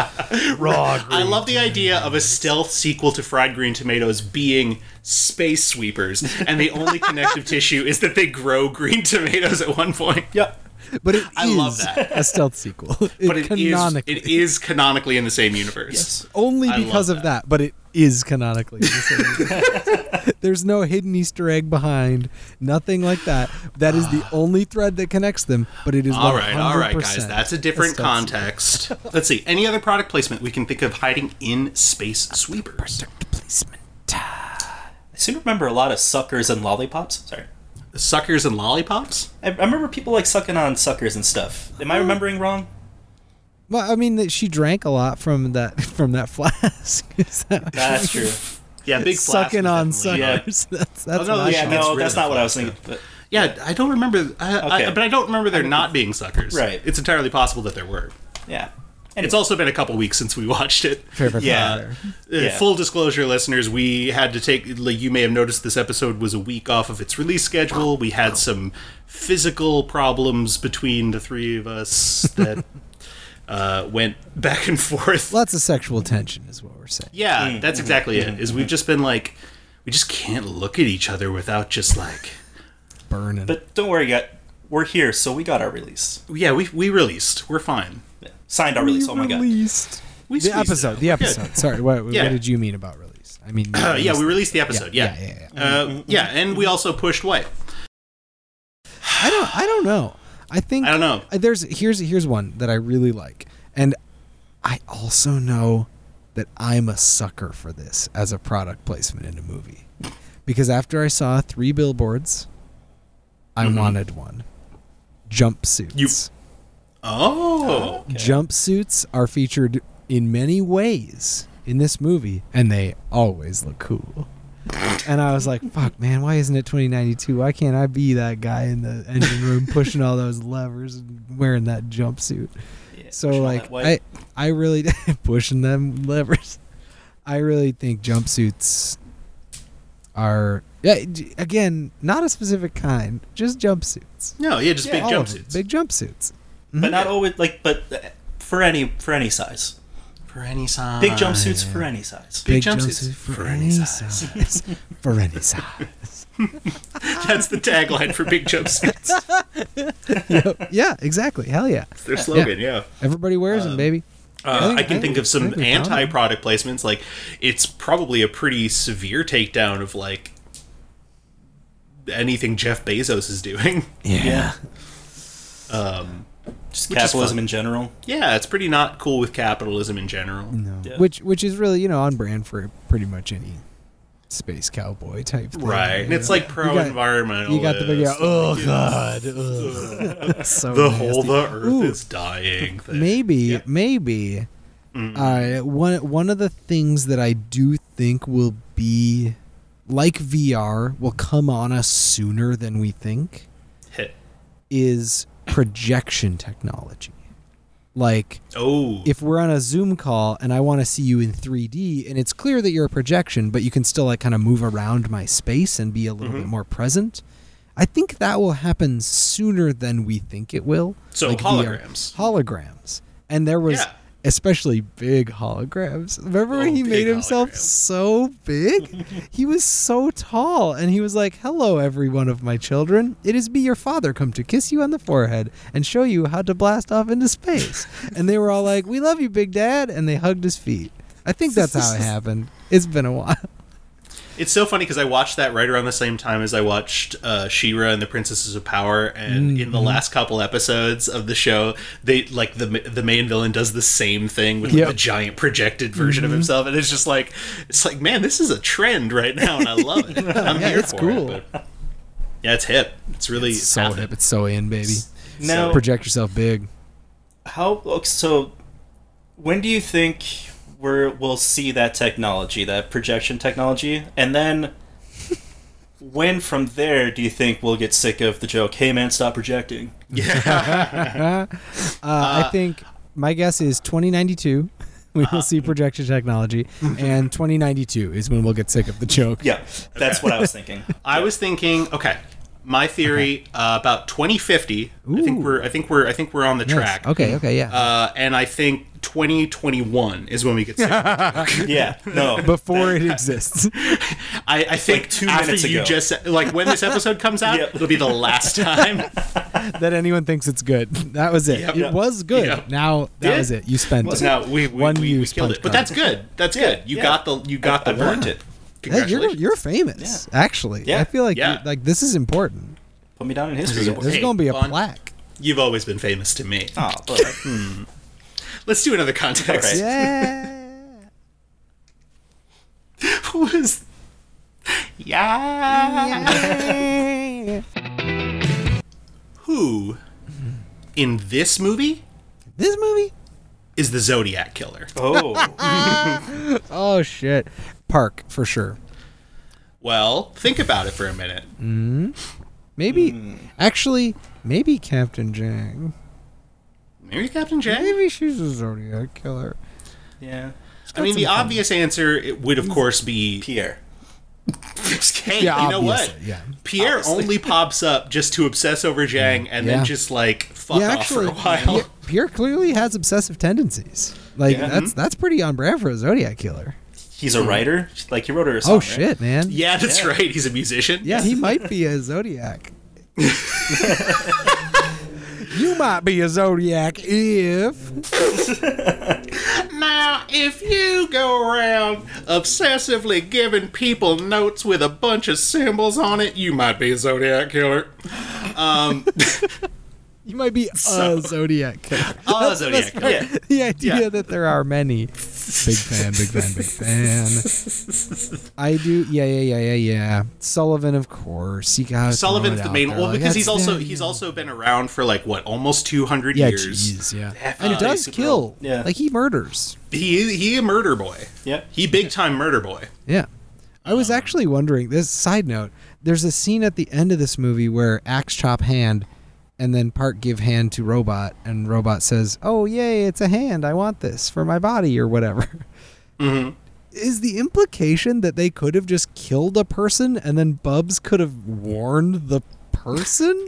Speaker 2: raw."
Speaker 1: I love the idea of a stealth sequel to Fried Green Tomatoes being space sweepers, and the only connective tissue is that they grow green tomatoes at one point.
Speaker 3: yep.
Speaker 2: But it
Speaker 1: I love
Speaker 2: is
Speaker 1: that.
Speaker 2: a stealth sequel.
Speaker 1: But it is
Speaker 2: canonically.
Speaker 1: it is canonically in the same universe.
Speaker 2: only
Speaker 1: I
Speaker 2: because
Speaker 1: love
Speaker 2: of that. but it is canonically. the same. There's no hidden Easter egg behind, nothing like that. That is the only thread that connects them, but it is
Speaker 1: All right, all right, guys.
Speaker 2: 100%
Speaker 1: That's a different
Speaker 2: stealth
Speaker 1: context. Let's see. Any other product placement we can think of hiding in space sweepers?
Speaker 2: Policeman.
Speaker 3: I seem to remember a lot of suckers and lollipops. Sorry.
Speaker 1: Suckers and lollipops?
Speaker 3: I, I remember people like sucking on suckers and stuff. Am
Speaker 1: Oh.
Speaker 3: I remembering wrong?
Speaker 2: Well, I mean that she drank a lot from that from that flask. Is that-
Speaker 3: That's true.
Speaker 1: Yeah, big flask
Speaker 2: sucking
Speaker 1: is
Speaker 2: on
Speaker 1: definitely-
Speaker 3: yeah.
Speaker 2: suckers. That's that's
Speaker 1: no,
Speaker 2: what I
Speaker 1: yeah,
Speaker 3: yeah,
Speaker 2: thought.
Speaker 1: gets
Speaker 3: no,
Speaker 1: rid
Speaker 3: that's
Speaker 1: of
Speaker 3: not
Speaker 1: the
Speaker 3: what I was
Speaker 1: flask,
Speaker 3: thinking. But
Speaker 1: Yeah, I don't remember. I, I-
Speaker 3: Okay.
Speaker 1: but I don't remember there not being suckers.
Speaker 3: Right.
Speaker 1: It's entirely possible that there were.
Speaker 3: yeah.
Speaker 1: It's also been a couple weeks since we watched it.
Speaker 2: Fair, fair, fair,
Speaker 1: yeah.
Speaker 2: fair.
Speaker 1: Uh,
Speaker 3: Yeah.
Speaker 1: Full disclosure, listeners, we had to take. Like, you may have noticed this episode was a week off of its release schedule. We had some physical problems between the three of us that uh, went back and forth.
Speaker 2: Lots of sexual tension is what we're saying.
Speaker 1: Yeah,
Speaker 3: Mm-hmm.
Speaker 1: that's exactly it. Is we've just been like, we just can't look at each other without just like,
Speaker 2: Burning.
Speaker 3: But don't worry, yet we're here, so we got our release.
Speaker 1: yeah, we we released, we're fine.
Speaker 3: Yeah. Signed our release. Oh my god.
Speaker 2: Released.
Speaker 1: We squeezed
Speaker 2: The
Speaker 1: it
Speaker 2: episode.
Speaker 1: out.
Speaker 2: The
Speaker 1: We're good.
Speaker 2: episode. Sorry. What, what
Speaker 1: Yeah.
Speaker 2: did you mean about release? I mean.
Speaker 1: Uh, yeah,
Speaker 2: release-
Speaker 1: we released the episode. Yeah,
Speaker 2: yeah, yeah,
Speaker 1: Uh, yeah, and we also pushed white.
Speaker 2: I don't. I don't know. I think.
Speaker 1: I don't know.
Speaker 2: Uh, There's here's here's one that I really like, and I also know that I'm a sucker for this as a product placement in a movie, because after I saw three billboards, I
Speaker 1: Mm-hmm.
Speaker 2: wanted one. Jumpsuits.
Speaker 1: Oh,
Speaker 2: Jumpsuits are featured in many ways in this movie, and they always look cool. And I was like, "Fuck, man! Why isn't it 2092? Why can't I be that guy in the engine room pushing all those levers and wearing that jumpsuit?"
Speaker 3: Yeah,
Speaker 2: So
Speaker 3: pushing all
Speaker 2: like,
Speaker 3: that
Speaker 2: I
Speaker 3: white.
Speaker 2: I really pushing them levers. I really think jumpsuits are yeah, j- again not a specific kind, just jumpsuits.
Speaker 1: no, yeah, just big
Speaker 2: All of them,
Speaker 1: jumpsuits
Speaker 2: big jumpsuits.
Speaker 3: but not always like but uh, for any for any size.
Speaker 1: for any size.
Speaker 3: Big jumpsuits for any size.
Speaker 1: Big
Speaker 2: Ah, Big,
Speaker 1: jumpsuits
Speaker 2: jumpsuits, for any size. for any size.
Speaker 1: That's the tagline for big jumpsuits.
Speaker 2: Yeah, exactly. Hell yeah.
Speaker 1: Their slogan, yeah.
Speaker 2: Everybody wears them, baby.
Speaker 1: Uh,
Speaker 2: think-
Speaker 1: I can
Speaker 2: I
Speaker 1: think of
Speaker 2: think
Speaker 1: some
Speaker 2: we found them.
Speaker 1: anti-product placements. Like, it's probably a pretty severe takedown of like anything Jeff Bezos is doing.
Speaker 2: Yeah.
Speaker 3: Yeah. Um, Just
Speaker 1: Which is
Speaker 3: capitalism
Speaker 1: fun.
Speaker 3: in general.
Speaker 1: Yeah, it's pretty not cool with capitalism in general.
Speaker 2: No.
Speaker 3: Yeah.
Speaker 2: Which which is really, you know, on brand for pretty much any space cowboy type thing.
Speaker 1: Right. And
Speaker 2: you
Speaker 1: it's
Speaker 2: know?
Speaker 1: like pro environmental.
Speaker 2: You got the big oh god. ugh." so
Speaker 1: The
Speaker 2: nasty.
Speaker 1: whole the earth
Speaker 2: Ooh,
Speaker 1: is dying thing.
Speaker 2: maybe maybe uh, one one of the things that I do think will be like VR will come on us sooner than we think
Speaker 1: Hit.
Speaker 2: is projection technology. Like
Speaker 1: Oh.
Speaker 2: if we're on a Zoom call and I want to see you in 3D and it's clear that you're a projection, but you can still like kind of move around my space and be a little
Speaker 1: Mm-hmm.
Speaker 2: bit more present. I think that will happen sooner than we think it will.
Speaker 1: So
Speaker 2: via
Speaker 1: holograms.
Speaker 2: holograms. And there was
Speaker 1: Yeah.
Speaker 2: especially big holograms. Remember when
Speaker 1: Oh,
Speaker 2: he
Speaker 1: big
Speaker 2: made himself
Speaker 1: holograms.
Speaker 2: so big? he was so tall and he was like, "Hello every one of my children. It is me your father come to kiss you on the forehead and show you how to blast off into space." and they were all like, "We love you, big dad." And they hugged his feet. I think that's how it happened. It's been a while.
Speaker 1: It's so funny because I watched that right around the same time as I watched uh, She-Ra and the Princesses of Power, and in
Speaker 2: Mm-hmm.
Speaker 1: the last couple episodes of the show, they like the ma- the main villain does the same thing with like,
Speaker 2: Yep. Mm-hmm.
Speaker 1: the giant projected version of himself, and it's just like it's like man, this is a trend right now, and I love it. I'm
Speaker 2: Yeah,
Speaker 1: here
Speaker 2: it's
Speaker 1: for
Speaker 2: cool.
Speaker 1: it. But yeah, it's hip. It's really it's
Speaker 2: So hip. It's so in, baby.
Speaker 3: Now,
Speaker 2: Project yourself big.
Speaker 3: how okay, so? When do you think we're we'll see that technology, that projection technology, and then when from there do you think we'll get sick of the joke? Hey man, stop projecting.
Speaker 2: Uh, I think my guess is 2092. We will
Speaker 1: Uh-huh.
Speaker 2: see projection technology, and 2092 is when we'll get sick of the joke.
Speaker 3: Yeah, that's what I was thinking.
Speaker 1: I was thinking, okay, my theory uh, about 2050. I think
Speaker 2: Ooh.
Speaker 1: we're I think we're I think we're on the
Speaker 2: Yes.
Speaker 1: track.
Speaker 2: Okay. Okay. Yeah.
Speaker 1: Uh, and I think 2021 is when we get. sick.
Speaker 3: Yeah, no,
Speaker 2: Before it exists.
Speaker 1: I, I think
Speaker 3: two
Speaker 1: after
Speaker 3: minutes
Speaker 1: you
Speaker 3: ago.
Speaker 1: just said- like when this episode comes out,
Speaker 3: Yep.
Speaker 1: it'll be the last time.
Speaker 2: that anyone thinks it's good. That was it.
Speaker 1: Yep.
Speaker 2: it
Speaker 1: Yeah.
Speaker 2: was good.
Speaker 1: Yeah.
Speaker 2: Now that
Speaker 1: Yeah.
Speaker 2: was it. You spent it.
Speaker 1: no, we, we,
Speaker 2: One
Speaker 1: we, we
Speaker 2: use
Speaker 1: killed
Speaker 2: punch
Speaker 1: it, but
Speaker 2: card.
Speaker 1: that's good. That's good. You
Speaker 3: yeah.
Speaker 1: got the you got
Speaker 3: I
Speaker 1: the word.
Speaker 3: learned it.
Speaker 2: Hey, you're
Speaker 1: Congratulations.
Speaker 2: you're famous. Actually,
Speaker 3: Yeah.
Speaker 2: I feel like
Speaker 1: Yeah.
Speaker 2: you- like this is important.
Speaker 3: put me down in history.
Speaker 1: Yeah.
Speaker 2: There's
Speaker 1: Hey,
Speaker 2: gonna be a
Speaker 1: Bon.
Speaker 2: plaque.
Speaker 1: you have always been famous to me.
Speaker 3: Oh, but
Speaker 1: Let's do another context.
Speaker 3: All right.
Speaker 2: Yeah.
Speaker 1: What is- Yeah. Who in this movie
Speaker 2: this movie.
Speaker 1: is the Zodiac killer?
Speaker 3: oh,
Speaker 2: Oh shit. Park for sure.
Speaker 1: Well, think about it for a minute.
Speaker 2: Maybe,
Speaker 1: Hmm.
Speaker 2: actually, maybe Captain Jack.
Speaker 1: Maybe Captain Jack.
Speaker 2: Maybe she's a Zodiac killer.
Speaker 3: yeah,
Speaker 1: I mean,
Speaker 2: some
Speaker 1: the
Speaker 2: fun.
Speaker 1: obvious answer it would, of course, be
Speaker 3: Pierre.
Speaker 1: hey,
Speaker 2: Yeah,
Speaker 1: you know what?
Speaker 2: obviously, yeah.
Speaker 1: Pierre only pops up just to obsess over Jang and
Speaker 2: Yeah.
Speaker 1: then just like fuck
Speaker 2: yeah,
Speaker 1: off
Speaker 2: actually,
Speaker 1: for a while.
Speaker 2: Pierre, Pierre clearly has obsessive tendencies. Like
Speaker 3: Yeah.
Speaker 2: that's that's pretty on brand for a Zodiac killer.
Speaker 3: He's a writer. Like he wrote her a song.
Speaker 2: Oh
Speaker 3: right?
Speaker 2: shit, man.
Speaker 1: Yeah, that's
Speaker 3: Yeah.
Speaker 1: right. He's a musician.
Speaker 2: Yeah, he might be a Zodiac. you might be a Zodiac if
Speaker 1: Now, if you go around obsessively giving people notes with a bunch of symbols on it, you might be a zodiac killer.
Speaker 2: you might be a Zodiac killer.
Speaker 1: A zodiac killer.
Speaker 3: Yeah.
Speaker 2: the idea
Speaker 1: Yeah.
Speaker 2: that there are many. Big fan, big fan, big fan. I do. Yeah, yeah, yeah, yeah, yeah. Sullivan, of course. You gotta throw
Speaker 1: Sullivan's
Speaker 2: it
Speaker 1: the
Speaker 2: out
Speaker 1: main
Speaker 2: there.
Speaker 1: well
Speaker 2: Like,
Speaker 1: because he's
Speaker 2: that's-
Speaker 1: also
Speaker 2: yeah,
Speaker 1: he's
Speaker 2: yeah.
Speaker 1: also been around for like what almost 200
Speaker 2: yeah,
Speaker 1: years.
Speaker 2: jeez, yeah.
Speaker 3: Half
Speaker 2: And
Speaker 3: a
Speaker 2: it does
Speaker 3: Supergirl.
Speaker 2: kill.
Speaker 3: Yeah.
Speaker 2: Like he murders.
Speaker 1: He he a murder boy.
Speaker 3: Yeah.
Speaker 1: He big time murder boy.
Speaker 2: Yeah. I was actually wondering this side note. There's a scene at the end of this movie where Axe chop hand and then Park give hand to Robot and Robot says, "Oh yay, it's a hand. I want this for my body or whatever." Is the implication that they could have just killed a person and then Bubs could have warned the person?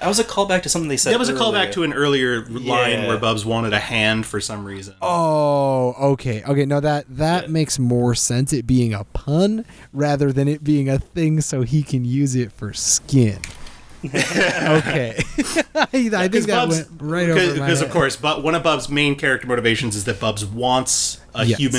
Speaker 3: That was a callback to something they said.
Speaker 1: That was a
Speaker 3: earlier.
Speaker 1: callback to an earlier line
Speaker 3: Yeah.
Speaker 1: where Bubs wanted a hand for some reason.
Speaker 2: Oh, okay. Okay, no that that
Speaker 3: Yeah.
Speaker 2: makes more sense it being a pun rather than it being a thing so he can use it for skin. okay. I think that
Speaker 1: Bubs-
Speaker 2: went right
Speaker 1: because,
Speaker 2: over my
Speaker 1: because of
Speaker 2: head.
Speaker 1: course, but one of Bub's main character motivations is that Bubs wants a
Speaker 2: Yes. Mm-hmm.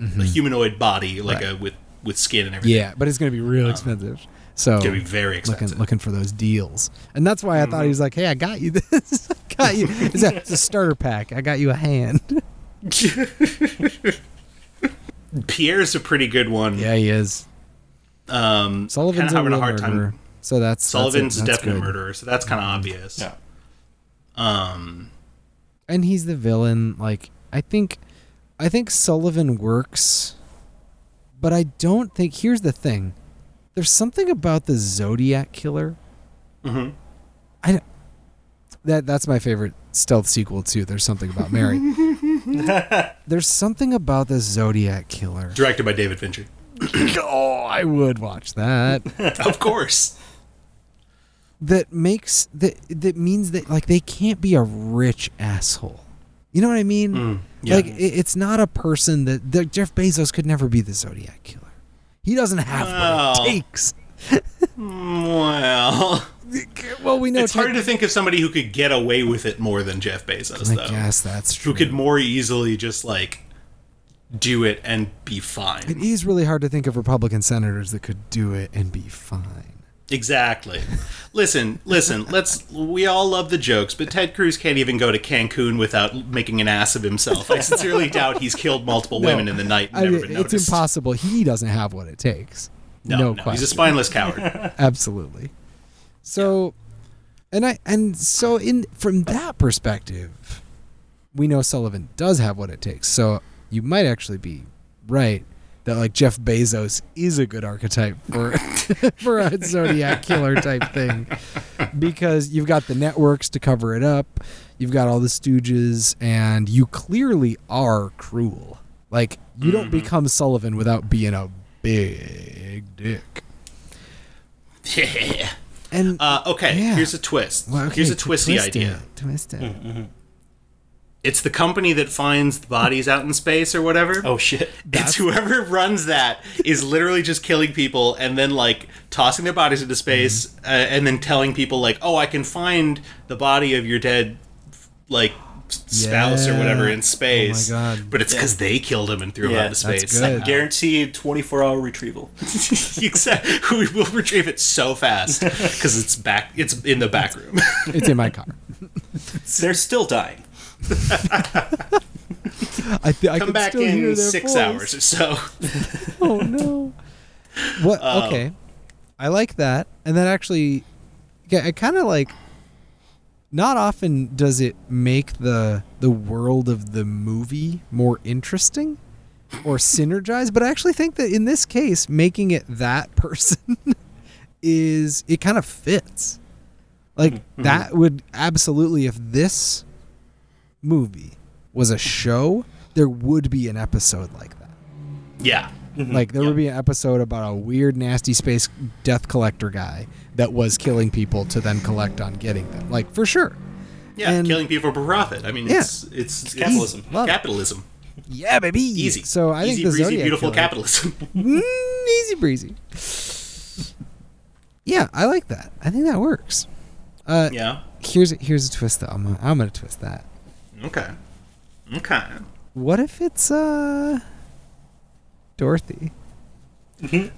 Speaker 1: human, a humanoid body, like
Speaker 2: Right.
Speaker 1: a with with skin and everything.
Speaker 2: Yeah, but it's going to be real expensive. So
Speaker 1: Oh. It's gonna be very
Speaker 2: looking
Speaker 1: expensive. Mm-hmm.
Speaker 2: looking for those deals. And that's why I thought he was like, "Hey, I got you this. I got you. It's a, it's a starter pack. I got you a hand.
Speaker 1: Pierre's a pretty good one.
Speaker 2: Yeah, he is.
Speaker 1: Um,
Speaker 2: Sullivan's
Speaker 1: kinda
Speaker 2: a
Speaker 1: having
Speaker 2: real
Speaker 1: a hard time.
Speaker 2: murderer. So that's that's it.
Speaker 1: Sullivan's a
Speaker 2: That's
Speaker 1: definite
Speaker 2: good. Mm-hmm.
Speaker 1: murderer, so that's kind of obvious.
Speaker 3: Yeah.
Speaker 1: Um,
Speaker 2: and he's the villain like i think i think sullivan works but i don't think here's the thing there's something about the zodiac killer mm-hmm. i don't- that that's my favorite stealth sequel too there's something about mary there's something about the zodiac killer
Speaker 1: directed by David Fincher,
Speaker 2: oh i would watch that
Speaker 1: of course.
Speaker 2: that makes that that means that like they can't be a rich asshole. You know what I mean?
Speaker 1: Mm, yeah.
Speaker 2: Like it, it's not a person that, that Jeff Bezos could never be the Zodiac killer. He doesn't have
Speaker 1: Well.
Speaker 2: what it takes.
Speaker 1: Well,
Speaker 2: Well, we know
Speaker 1: it's hard to think of somebody who could get away with it more than Jeff Bezos,
Speaker 2: I
Speaker 1: though.
Speaker 2: guess that's true.
Speaker 1: Who could more easily just like do it and be
Speaker 2: it
Speaker 1: fine?
Speaker 2: is really hard to think of Republican senators that could do it and be fine.
Speaker 1: Exactly. Listen, listen. Let's. We all love the jokes, but Ted Cruz can't even go to Cancun without making an ass of himself. I sincerely doubt he's killed multiple women in the night. And
Speaker 2: I
Speaker 1: never
Speaker 2: mean,
Speaker 1: been
Speaker 2: it's
Speaker 1: noticed.
Speaker 2: impossible. He doesn't have what it takes.
Speaker 1: No, no,
Speaker 2: question.
Speaker 1: he's a spineless coward.
Speaker 2: Absolutely. So, and I and so in from that perspective, we know Sullivan does have what it takes. So you might actually be right that like Jeff Bezos is a good archetype for for a Zodiac killer type thing because you've got the networks to cover it up, you've got all the Stooges, and you clearly are cruel. Like you don't become Sullivan without being a big dick.
Speaker 1: yeah.
Speaker 2: And
Speaker 1: Uh, okay,
Speaker 2: Yeah.
Speaker 1: here's a twist.
Speaker 2: Well, okay,
Speaker 1: here's a
Speaker 2: to
Speaker 1: twisty
Speaker 2: twist
Speaker 1: idea.
Speaker 2: it, twist it.
Speaker 1: It's the company that finds the bodies out in space or whatever.
Speaker 3: Oh shit.
Speaker 1: It's whoever runs that is literally just killing people and then like tossing their bodies into space
Speaker 2: Mm-hmm.
Speaker 1: uh, and then telling people like, "Oh, I can find the body of your dead like s- spouse or
Speaker 2: Yeah.
Speaker 1: whatever
Speaker 2: Oh my
Speaker 1: in space."
Speaker 2: God.
Speaker 1: But it's because they killed him and threw him
Speaker 3: Yeah,
Speaker 1: out into
Speaker 2: that's
Speaker 1: space.
Speaker 2: good.
Speaker 3: Guaranteed 24 hour retrieval.
Speaker 1: Exact- we will retrieve it so fast because it's back. It's in the back room.
Speaker 2: It's in my car.
Speaker 3: They're still dying.
Speaker 2: I th- I
Speaker 1: Come
Speaker 2: can
Speaker 1: back
Speaker 2: still hear
Speaker 1: in
Speaker 2: their
Speaker 1: six
Speaker 2: voice.
Speaker 1: hours or so.
Speaker 2: Oh no. What? okay, I like that, and that actually, yeah, I kind of like. Not often does it make the the world of the movie more interesting, or synergize. But I actually think that in this case, making it that person is it kind of fits. Like that would absolutely if this movie was a show, there would be an episode like that.
Speaker 1: Yeah.
Speaker 2: Like there would be an episode about a weird nasty space death collector guy that was killing people to then collect on getting them. Like for sure.
Speaker 1: Yeah,
Speaker 2: And-
Speaker 1: killing people for profit. I mean,
Speaker 2: Yeah.
Speaker 1: it's, it's it's
Speaker 3: capitalism.
Speaker 2: Love it.
Speaker 1: Capitalism.
Speaker 2: Yeah, baby.
Speaker 1: Easy.
Speaker 2: So I
Speaker 1: Easy,
Speaker 2: think the
Speaker 1: breezy,
Speaker 2: Zodiac
Speaker 1: beautiful
Speaker 2: Killer-
Speaker 1: capitalism.
Speaker 2: Mm, easy breezy. Yeah, I like that. I think that works. Uh,
Speaker 1: yeah.
Speaker 2: Here's here's a twist though. I'm gonna, I'm gonna twist that.
Speaker 1: Okay. Okay.
Speaker 2: What if it's uh Dorothy?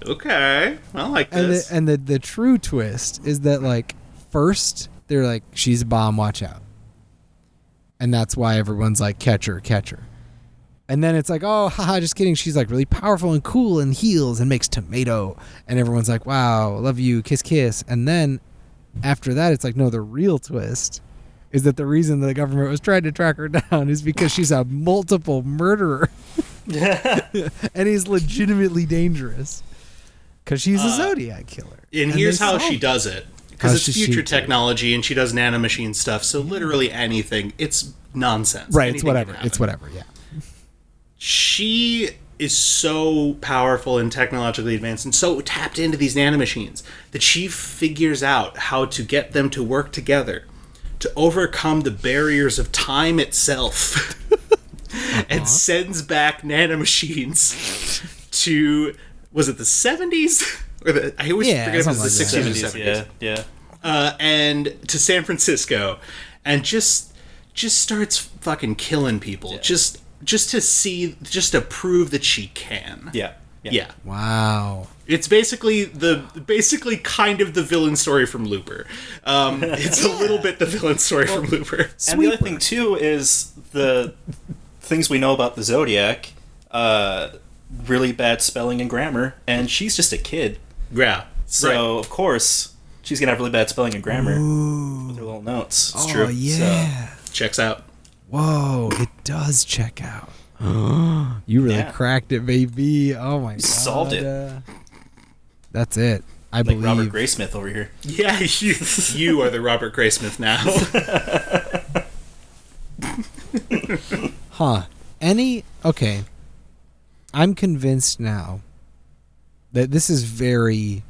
Speaker 1: Okay. I like
Speaker 2: And the,
Speaker 1: this.
Speaker 2: and the the true twist is that like first they're like she's a bomb, watch out, and that's why everyone's like catch her, catch her, and then it's like oh haha, just kidding, she's like really powerful and cool and heals and makes tomato, and everyone's like wow, love you, kiss kiss, and then after that it's like no, the real twist is that the reason the government was trying to track her down is because she's a multiple murderer and he's legitimately dangerous because she's a zodiac killer.
Speaker 1: Uh, and
Speaker 2: they
Speaker 1: here's how
Speaker 2: solved
Speaker 1: she
Speaker 2: it.
Speaker 1: does it.
Speaker 2: How
Speaker 1: Because it's
Speaker 2: does she
Speaker 1: future
Speaker 2: do it?
Speaker 1: technology and she does nanomachine stuff, so literally anything. It's nonsense.
Speaker 2: Right, it's
Speaker 1: Anything can
Speaker 2: whatever. It's
Speaker 1: happen.
Speaker 2: whatever. Yeah.
Speaker 1: she is so powerful and technologically advanced and so tapped into these nanomachines that she figures out how to get them to work together to overcome the barriers of time itself
Speaker 2: Uh-huh.
Speaker 1: and sends back nanomachines to was it the 70s or the I always
Speaker 2: Yeah,
Speaker 1: forget if it was
Speaker 2: something
Speaker 1: the
Speaker 2: like that.
Speaker 1: 60s or 70s
Speaker 3: Yeah, yeah.
Speaker 1: uh, and to San Francisco, and just just starts fucking killing people. Just just to see, just to prove that she can.
Speaker 3: Yeah.
Speaker 1: Yeah.
Speaker 2: Wow.
Speaker 1: It's basically the basically kind of the villain story from Looper. Um, it's a little bit the villain story from Looper.
Speaker 3: And the other thing too is the things we know about the Zodiac, uh, really bad spelling and grammar, and she's just a kid,
Speaker 1: Yeah.
Speaker 3: so of course she's gonna have really bad spelling and grammar with her little notes. It's
Speaker 2: oh,
Speaker 3: true.
Speaker 2: yeah.
Speaker 1: right. checks out.
Speaker 2: Whoa, it does check out. you really
Speaker 3: Yeah.
Speaker 2: cracked it, baby. Oh my god.
Speaker 3: solved it.
Speaker 2: uh, That's it. I
Speaker 3: So, like
Speaker 2: believe
Speaker 3: Robert Graysmith over here.
Speaker 1: Yeah, you you are the Robert Graysmith now.
Speaker 2: Huh. Any okay. I'm convinced now that this is very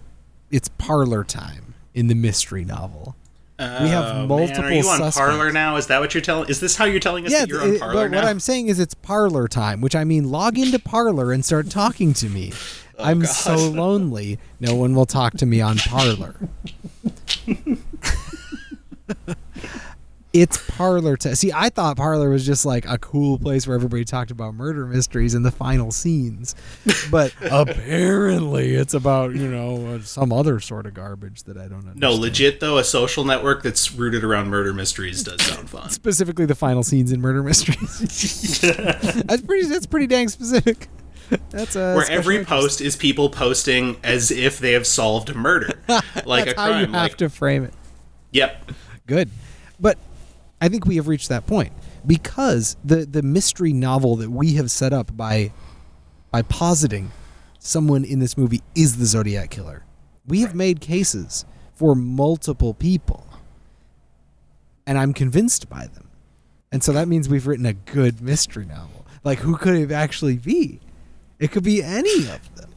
Speaker 2: it's parlor time in the mystery novel. we have multiple
Speaker 1: Oh, Man, are you on
Speaker 2: suspects.
Speaker 1: Parlor now? Is that what you're telling? Is this how you're telling us
Speaker 2: Yeah,
Speaker 1: that you're
Speaker 2: it-
Speaker 1: on
Speaker 2: it-
Speaker 1: Parlor
Speaker 2: but
Speaker 1: now?
Speaker 2: what I'm saying is it's parlor time, which I mean log into parlor and start talking to me. I'm
Speaker 1: Oh, God.
Speaker 2: so lonely. No one will talk to me on parlor. it's parlor time. See, I thought parlor was just like a cool place where everybody talked about murder mysteries in the final scenes, but apparently it's about you know uh, some other sort of garbage that I don't understand.
Speaker 1: no, legit though, a social network that's rooted around murder mysteries does sound fun.
Speaker 2: specifically the final scenes in murder mysteries. that's pretty. That's pretty dang specific. That's a
Speaker 1: Where every post is people posting as if they have solved a murder, like a
Speaker 2: That's how you
Speaker 1: crime.
Speaker 2: have
Speaker 1: like,
Speaker 2: to frame it.
Speaker 1: Yep.
Speaker 2: Good, but I think we have reached that point because the the mystery novel that we have set up by by positing someone in this movie is the Zodiac killer. We have made cases for multiple people, and I'm convinced by them. And so that means we've written a good mystery novel. Like, who could it actually be? It could be any of them.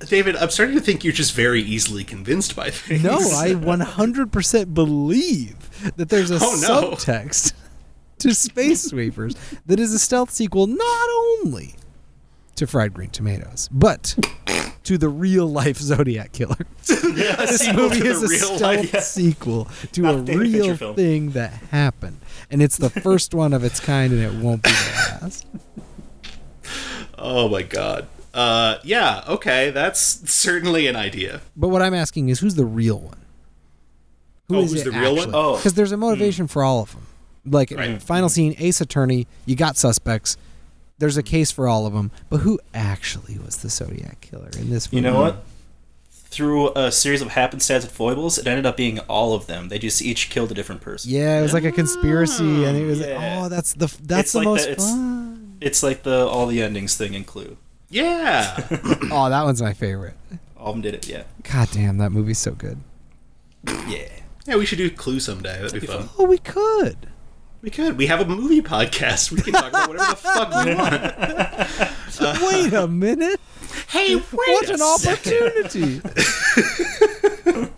Speaker 1: David, I'm starting to think you're just very easily convinced by things.
Speaker 2: No, I 100% believe that there's a
Speaker 1: Oh, no.
Speaker 2: subtext to Space Sweepers that is a stealth sequel not only to Fried Green Tomatoes, but to the real life Zodiac Killer.
Speaker 1: this
Speaker 2: movie is a stealth sequel to
Speaker 3: Not
Speaker 2: a
Speaker 3: a David Fincher
Speaker 2: real
Speaker 3: film.
Speaker 2: thing that happened. And it's the first one of its kind, and it won't be the last.
Speaker 1: Oh my god. Uh, yeah. Okay, that's certainly an idea.
Speaker 2: But what I'm asking is, who's the real one? Who
Speaker 1: Oh,
Speaker 2: is
Speaker 1: who's
Speaker 2: it
Speaker 1: the real one?
Speaker 2: actually?
Speaker 3: Oh.
Speaker 2: because there's a motivation for all of them. Like
Speaker 1: Right.
Speaker 2: final scene, Ace Attorney, you got suspects. There's
Speaker 1: Hmm.
Speaker 2: a case for all of them, but who actually was the Zodiac killer in this?
Speaker 3: You know
Speaker 2: movie?
Speaker 3: what?
Speaker 2: Mm-hmm.
Speaker 3: Through a series of happenstance and foibles, it ended up being all of them. They just each killed a different person.
Speaker 2: Yeah, it was like a conspiracy,
Speaker 1: Ah,
Speaker 2: and it was
Speaker 3: Yeah.
Speaker 2: oh, that's the f- that's
Speaker 3: It's
Speaker 2: the
Speaker 3: like
Speaker 2: most
Speaker 3: the- it's-
Speaker 2: fun.
Speaker 3: It's like the all the endings thing in Clue.
Speaker 1: Yeah.
Speaker 2: Oh, that one's my favorite.
Speaker 3: All of them did it. Yeah.
Speaker 2: God damn, that movie's so good.
Speaker 3: Yeah.
Speaker 1: yeah, we should do Clue someday. That'd be fun.
Speaker 2: Oh, we could.
Speaker 1: We could. We have a movie podcast. We can talk about whatever the fuck we want.
Speaker 2: Wait a minute!
Speaker 1: Hey, wait
Speaker 2: What
Speaker 1: a
Speaker 2: an
Speaker 1: sec.
Speaker 2: opportunity!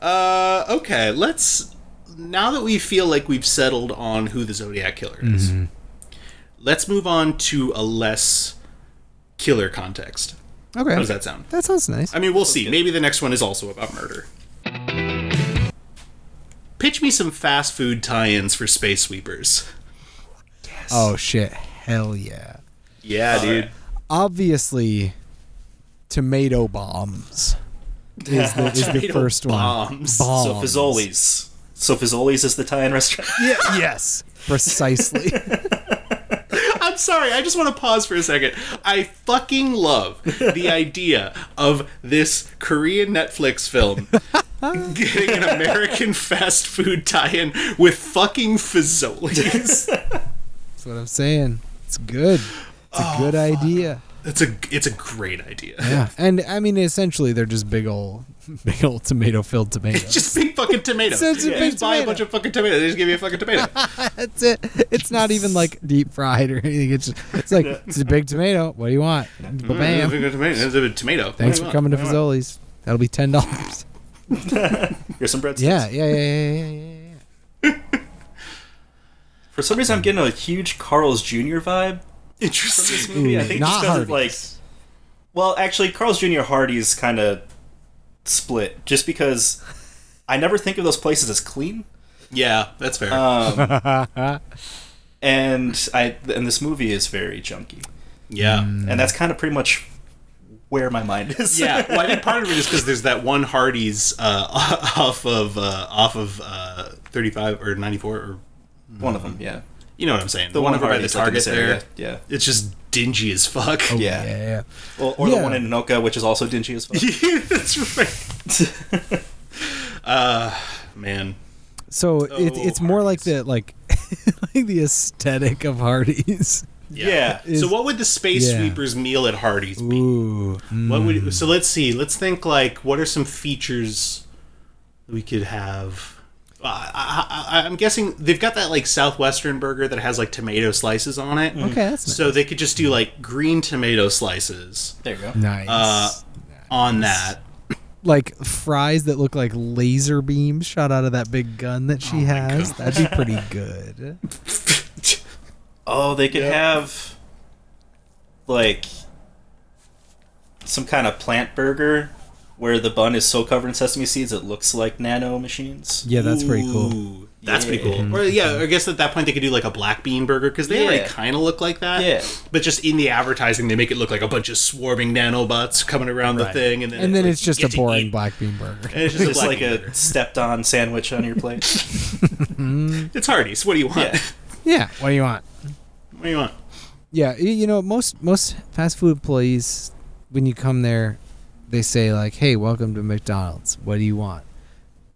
Speaker 1: Uh, okay, let's. Now that we feel like we've settled on who the Zodiac killer is, let's move on to a less killer context.
Speaker 2: Okay,
Speaker 1: How does that sound?
Speaker 2: That sounds nice.
Speaker 1: I mean, we'll see. Maybe the next one is also about murder. Pitch me some fast food tie-ins for Space Sweepers.
Speaker 2: Oh shit! Hell yeah!
Speaker 1: Yeah, dude.
Speaker 2: obviously tomato bombs is the, is the
Speaker 1: Tomato
Speaker 2: first one.
Speaker 1: bombs. So
Speaker 2: Bombs.
Speaker 3: So Fazoli's. So Fazoli's is the Thai restaurant.
Speaker 2: Yeah, yes, precisely.
Speaker 1: I'm sorry, I just want to pause for a second. I fucking love the idea of this Korean Netflix film getting an American fast food tie-in with fucking Fazoli's.
Speaker 2: That's what I'm saying. It's good. It's
Speaker 1: Oh,
Speaker 2: a good idea.
Speaker 1: It's a it's a great idea.
Speaker 2: Yeah, and I mean, essentially, they're just big old, big old tomato-filled tomatoes.
Speaker 1: Just big fucking tomatoes.
Speaker 2: So it's a
Speaker 1: They
Speaker 2: big
Speaker 1: just buy a
Speaker 2: tomato.
Speaker 1: bunch of fucking tomatoes. They just give you a fucking tomato.
Speaker 2: That's it. It's not even like deep fried or anything. It's just, it's like it's a big tomato. What do you want?
Speaker 1: It's a
Speaker 2: Bam.
Speaker 1: big tomato. It's a tomato.
Speaker 2: Thanks for
Speaker 1: What do you want?
Speaker 2: coming to
Speaker 1: What do you want?
Speaker 2: Fazoli's. That'll be ten dollars.
Speaker 3: Here's some breadsticks.
Speaker 2: Yeah, yeah, yeah, yeah, yeah, yeah, yeah.
Speaker 3: For some reason, I'm getting a huge Carl's Jr. vibe from this
Speaker 1: Interesting.
Speaker 3: movie. I
Speaker 2: Ooh,
Speaker 3: think
Speaker 2: not
Speaker 3: just because of like,
Speaker 2: Hardee's.
Speaker 3: well, actually, Carl's Jr. Hardee's kind of split, just because I never think of those places as clean,
Speaker 1: Yeah, that's fair.
Speaker 2: Uh,
Speaker 3: and I and this movie is very junky,
Speaker 1: yeah.
Speaker 2: Mm.
Speaker 3: and that's kind of pretty much where my mind is.
Speaker 1: Yeah, well, I think part of it is because there's that one Hardy's uh, off of uh, off of uh, 35 or 94 or
Speaker 3: one of them. Yeah,
Speaker 1: you know what I'm saying.
Speaker 3: the one,
Speaker 1: over by the
Speaker 3: Hardee's, like, in
Speaker 1: Target
Speaker 3: this
Speaker 1: there.
Speaker 3: area, Yeah, Oh,
Speaker 1: It's just dingy as fuck.
Speaker 3: yeah,
Speaker 2: Yeah.
Speaker 3: Or, or
Speaker 2: Yeah.
Speaker 3: the one in Anoka, which is also dingy as fuck.
Speaker 1: That's right. uh, man.
Speaker 2: So it,
Speaker 1: So
Speaker 2: it's more like
Speaker 1: Hardee's.
Speaker 2: the like like the aesthetic of Hardee's.
Speaker 3: Yeah.
Speaker 2: Is-
Speaker 1: so what would the Space
Speaker 2: yeah.
Speaker 1: Sweepers meal at Hardee's be?
Speaker 2: Ooh.
Speaker 1: What would so let's see. Let's think like what are some features we could have. Uh, I, I, I- I'm guessing they've got that like southwestern burger that has like tomato slices on it.
Speaker 2: Okay, that's nice.
Speaker 1: So they could just do like green tomato slices
Speaker 3: There you go.
Speaker 2: nice.
Speaker 1: uh, on that.
Speaker 2: like fries that look like laser beams shot out of that big gun that
Speaker 1: Oh
Speaker 2: she has. That'd be pretty good.
Speaker 3: Oh, they could have like some kind of plant burger where the bun is so covered in sesame seeds it looks like nano machines.
Speaker 2: Yeah, that's pretty cool.
Speaker 1: Ooh, that's pretty cool. Or yeah, I guess at that point they could do like a black bean burger because they already
Speaker 3: Yeah.
Speaker 1: kind of look like that.
Speaker 3: Yeah.
Speaker 1: But just in the advertising, they make it look like a bunch of swarming nanobots coming around the
Speaker 3: Right.
Speaker 1: thing, and then
Speaker 2: And then
Speaker 1: like,
Speaker 2: it's just
Speaker 1: you
Speaker 2: a
Speaker 1: get to
Speaker 2: boring
Speaker 1: eat-
Speaker 2: black bean burger.
Speaker 1: and it's just,
Speaker 3: Just
Speaker 1: like
Speaker 3: like
Speaker 1: a.
Speaker 3: a stepped on sandwich on your plate.
Speaker 1: It's Hardee's. What do you want?
Speaker 3: Yeah.
Speaker 2: Yeah. What do you want?
Speaker 1: what do you want?
Speaker 2: Yeah, y- you know, most most fast food employees, when you come there, they say like, "Hey, welcome to McDonald's. What do you want?"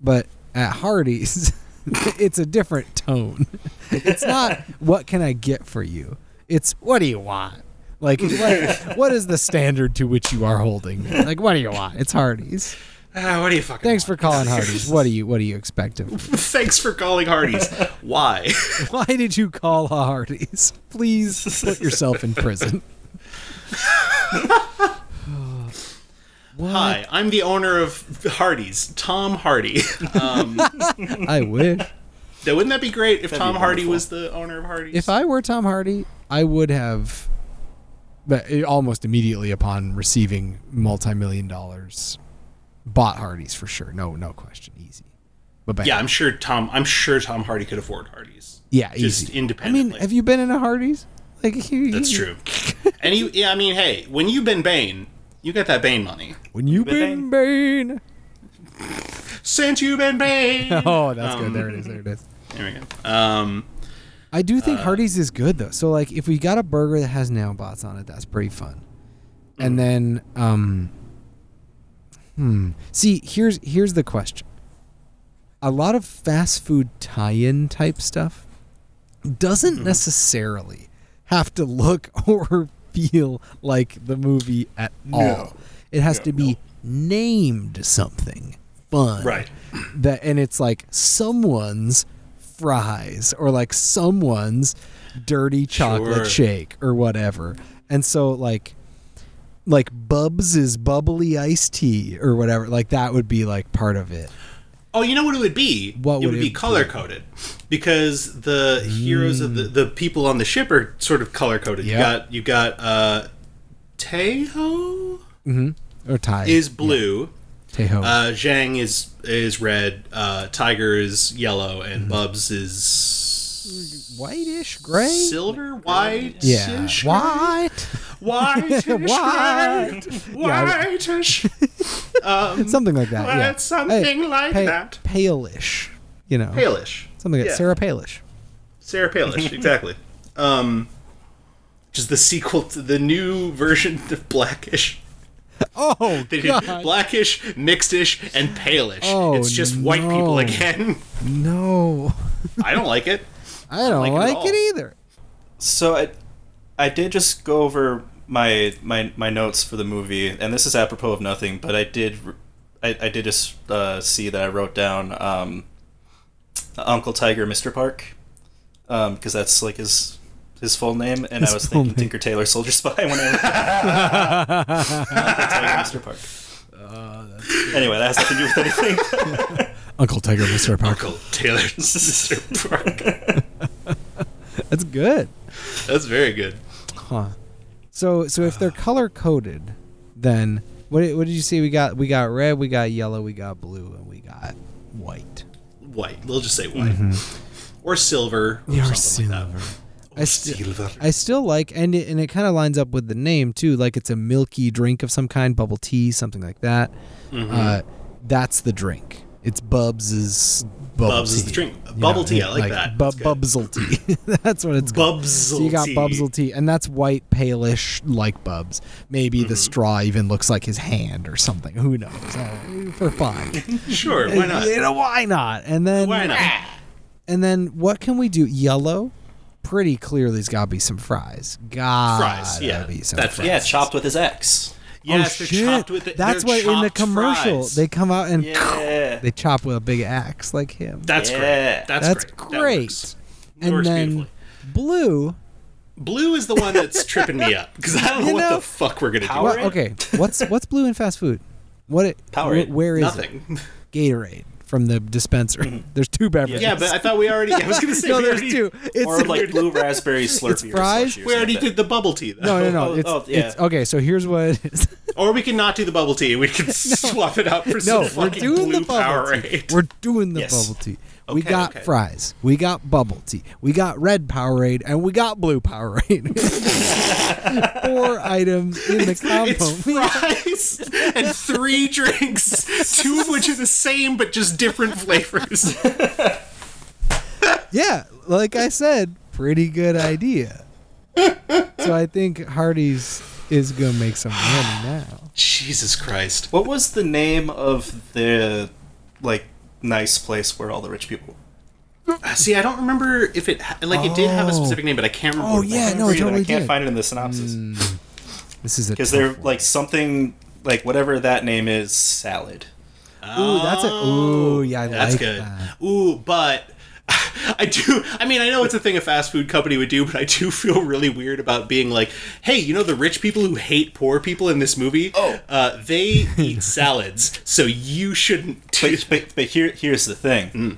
Speaker 2: But at Hardee's, it's a different tone. It's not "What can I get for you?" It's "What do you want?" Like, what, what is the standard to which you are holding? me? Like, what do you want? It's Hardee's.
Speaker 1: Ah, what do you fucking?
Speaker 2: Thanks for
Speaker 1: want?
Speaker 2: calling Hardee's. What do you What do you expect of me?
Speaker 1: Thanks for calling Hardee's. Why?
Speaker 2: Why did you call a Hardee's? Please put yourself in prison. what?
Speaker 1: Hi, I'm the owner of Hardee's, Tom Hardy.
Speaker 3: Um,
Speaker 2: I wish.
Speaker 1: Now, wouldn't that be great if Tom
Speaker 3: be
Speaker 1: Hardy
Speaker 3: wonderful.
Speaker 1: was the owner of Hardee's?
Speaker 2: If I were Tom Hardy, I would have, but it- almost immediately upon receiving multi-million dollars, bought Hardee's for sure. No, no question. Easy. But bang.
Speaker 1: yeah, I'm sure Tom. I'm sure Tom Hardy could afford Hardee's.
Speaker 2: yeah,
Speaker 1: just
Speaker 2: easy. I
Speaker 1: independently.
Speaker 2: mean, have you been in a Hardee's? Like
Speaker 1: That's true. and you, yeah, I mean, hey, when you've been Bane, you get that Bane money.
Speaker 2: When you been
Speaker 3: Been
Speaker 2: Bane.
Speaker 1: Since you've been Bane.
Speaker 2: Oh, that's
Speaker 1: Um,
Speaker 2: good. There it is. There it is.
Speaker 1: There we go. Um,
Speaker 2: I do think Hardee's is good though. So like if we got a burger that has nail bots on it, that's pretty fun. And then um hmm. See, here's here's the question. A lot of fast food tie-in type stuff doesn't necessarily have to look or feel like the movie at all. It has to be named something fun
Speaker 1: Right.
Speaker 2: that and it's like someone's fries or like someone's dirty chocolate
Speaker 1: Sure.
Speaker 2: shake or whatever. And so like like Bubs's bubbly iced tea or whatever, like that would be like part of it.
Speaker 1: oh, you know what it would be? it
Speaker 2: What would
Speaker 1: would
Speaker 2: it
Speaker 1: be
Speaker 2: be?
Speaker 1: color coded because the heroes of the the people on the ship are sort of color coded. You
Speaker 2: Mm. Yeah.
Speaker 1: got you got uh, Teho
Speaker 2: Or Thai.
Speaker 1: is blue.
Speaker 2: Teho.
Speaker 1: Uh, Zhang is is red. Uh, Tiger is yellow,
Speaker 2: Mm-hmm.
Speaker 1: and Bubs is
Speaker 2: Whitish gray?
Speaker 1: silver, white,
Speaker 2: yeah. What?
Speaker 1: whitish,
Speaker 2: White.
Speaker 1: whitish.
Speaker 2: Something like that.
Speaker 1: Well,
Speaker 2: yeah.
Speaker 1: it's something like that.
Speaker 2: Palish. You know.
Speaker 1: Palish.
Speaker 2: Something like
Speaker 1: Yeah.
Speaker 2: Sarah Palish.
Speaker 1: Sarah Palish, exactly. Um, just the sequel to the new version of Blackish.
Speaker 2: Oh
Speaker 1: They did
Speaker 2: God.
Speaker 1: Blackish, Mixedish, and Palish.
Speaker 2: Oh,
Speaker 1: it's just white people
Speaker 2: no.
Speaker 1: again.
Speaker 2: no.
Speaker 1: I don't like it.
Speaker 2: I don't
Speaker 1: like it
Speaker 2: like,
Speaker 1: at
Speaker 2: it,
Speaker 1: all.
Speaker 2: either.
Speaker 3: So I, I did just go over my my my notes for the movie, and this is apropos of nothing, but I did, I, I did just uh, see that I wrote down um, Uncle Tiger, Mr. Park, because that's like his his full name, and I was
Speaker 2: full
Speaker 3: thinking
Speaker 2: name.
Speaker 3: Tinker Tailor Soldier Spy when I wrote down Uncle Tiger, Mr. Park. Anyway, that has nothing to do with anything.
Speaker 2: Uncle Tiger, Mr. Parker.
Speaker 1: Uncle Taylor's sister Park.
Speaker 2: That's good.
Speaker 1: That's very good.
Speaker 2: Huh. So so if they're color coded, then what did, what did you say we got? We got red, we got yellow, we got blue, and we got white. Mm-hmm.
Speaker 1: White. We'll just say white. Or silver. Or
Speaker 2: You're
Speaker 1: something like that.
Speaker 2: I, st- I still like, and it, and it kind of lines up with the name too. Like it's a milky drink of some kind, bubble tea, something like that.
Speaker 1: Mm-hmm.
Speaker 2: Uh, that's the drink. It's Bubs's bubble
Speaker 1: Bubs
Speaker 2: tea.
Speaker 1: is the drink.
Speaker 2: You
Speaker 1: Bubble tea,
Speaker 2: it-
Speaker 1: I like that.
Speaker 2: Bu-
Speaker 1: That's good.
Speaker 2: Bubsle tea. that's what it's called.
Speaker 1: Bubsle
Speaker 2: So you got
Speaker 1: tea.
Speaker 2: Bubsle tea, and that's white, palish, like Bubs. Maybe
Speaker 1: Mm-hmm.
Speaker 2: the straw even looks like his hand or something. Who knows? Uh, for fun,
Speaker 1: Sure, why not?
Speaker 2: You know, why not? And then
Speaker 1: Why not?
Speaker 2: Oh, and then what can we do? Yellow? Pretty clearly has got to be some fries. Got
Speaker 1: Fries, yeah.
Speaker 2: Be some
Speaker 1: That's-
Speaker 2: fries.
Speaker 3: Yeah, chopped with his ex.
Speaker 1: Yes,
Speaker 2: oh,
Speaker 1: they're
Speaker 2: shit.
Speaker 1: chopped with it.
Speaker 2: That's
Speaker 1: they're
Speaker 2: why in the
Speaker 1: chopped
Speaker 2: commercial
Speaker 1: fries.
Speaker 2: they come out and
Speaker 3: Yeah.
Speaker 2: they chop with a big axe like him.
Speaker 1: That's
Speaker 3: Yeah.
Speaker 1: great. That's,
Speaker 2: That's
Speaker 1: great. That
Speaker 2: great.
Speaker 1: works. It
Speaker 2: and
Speaker 1: works
Speaker 2: then
Speaker 1: beautifully.
Speaker 2: blue.
Speaker 1: Blue is the one that's tripping me up because I don't know
Speaker 2: You
Speaker 1: what
Speaker 2: know-
Speaker 1: the fuck we're gonna
Speaker 3: Power-
Speaker 2: What,
Speaker 3: Alright.
Speaker 2: okay, what's what's blue in fast food? What it?
Speaker 3: Powerade.
Speaker 2: wh- where
Speaker 1: do.
Speaker 2: is it?
Speaker 1: Nothing. Mm-hmm.
Speaker 2: Gatorade from the dispenser. There's two beverages.
Speaker 1: Yeah, but I thought we already. I was gonna say
Speaker 2: no,
Speaker 1: we
Speaker 2: there's
Speaker 1: already,
Speaker 2: two. It's
Speaker 3: Or like blue raspberry slurpee
Speaker 2: It's fries?
Speaker 3: or slushie or
Speaker 1: We already
Speaker 3: something.
Speaker 1: did the bubble tea though.
Speaker 2: no, no, no.
Speaker 3: Oh,
Speaker 2: it's,
Speaker 3: oh, yeah.
Speaker 2: it's okay. So here's what it is.
Speaker 1: Or we can not do the bubble tea. We can swap it up for some
Speaker 2: No, we're
Speaker 1: fucking
Speaker 2: doing
Speaker 1: blue
Speaker 2: the bubble
Speaker 1: Powerade.
Speaker 2: tea. We're doing the
Speaker 3: Yes.
Speaker 2: bubble tea. We
Speaker 1: Okay,
Speaker 2: got
Speaker 1: okay.
Speaker 2: fries. We got bubble tea. We got red Powerade, and we got blue Powerade. Four items in the combo.
Speaker 1: It's fries and three drinks, two of which are the same but just different flavors.
Speaker 2: Yeah, like I said, pretty good idea. so I think Hardy's is gonna make some money now.
Speaker 1: Jesus Christ.
Speaker 3: What was the name of the like nice place where all the rich people?
Speaker 1: Uh, See, I don't remember if it ha- like it did have a
Speaker 2: Oh.
Speaker 1: specific name, but I can't remember.
Speaker 2: Oh,
Speaker 1: what it
Speaker 2: yeah,
Speaker 1: was.
Speaker 3: I
Speaker 2: no, it
Speaker 3: read it,
Speaker 2: totally
Speaker 3: I can't
Speaker 2: did. Mm,
Speaker 3: find it in the synopsis
Speaker 2: This is a
Speaker 3: because they're
Speaker 2: tough one.
Speaker 3: like something like whatever that name is salad.
Speaker 2: ooh, that's a ooh,
Speaker 3: Oh,
Speaker 2: yeah, I
Speaker 1: That's
Speaker 2: like
Speaker 1: good.
Speaker 2: that.
Speaker 1: Ooh, but I do. I mean, I know it's a thing a fast food company would do, but I do feel really weird about being like, hey, you know, the rich people who hate poor people in this movie,
Speaker 3: Oh.
Speaker 1: uh, they eat salads, so you shouldn't. Do-
Speaker 3: But, but, but here here's the thing.
Speaker 1: Mm.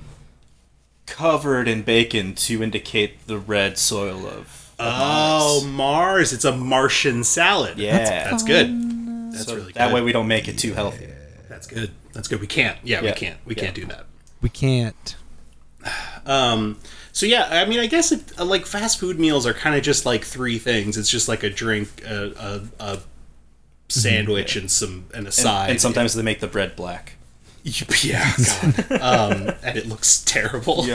Speaker 3: Covered in bacon to indicate the red soil of. of
Speaker 1: oh,
Speaker 3: Mars.
Speaker 1: Mars! It's a Martian salad.
Speaker 3: yeah,
Speaker 1: that's good. That's
Speaker 3: So
Speaker 1: really
Speaker 3: that
Speaker 1: good.
Speaker 3: way we don't make it too healthy.
Speaker 1: That's good. That's good. We can't. Yeah, we
Speaker 3: Yeah.
Speaker 1: can't. We
Speaker 3: Yeah.
Speaker 1: can't do that.
Speaker 2: We can't.
Speaker 1: Um, so yeah, I mean, I guess it, uh, like fast food meals are kind of just like three things. It's just like a drink, a, a, a sandwich, and some and a side.
Speaker 3: And sometimes they make the bread black.
Speaker 1: yeah, God. um, and it looks terrible.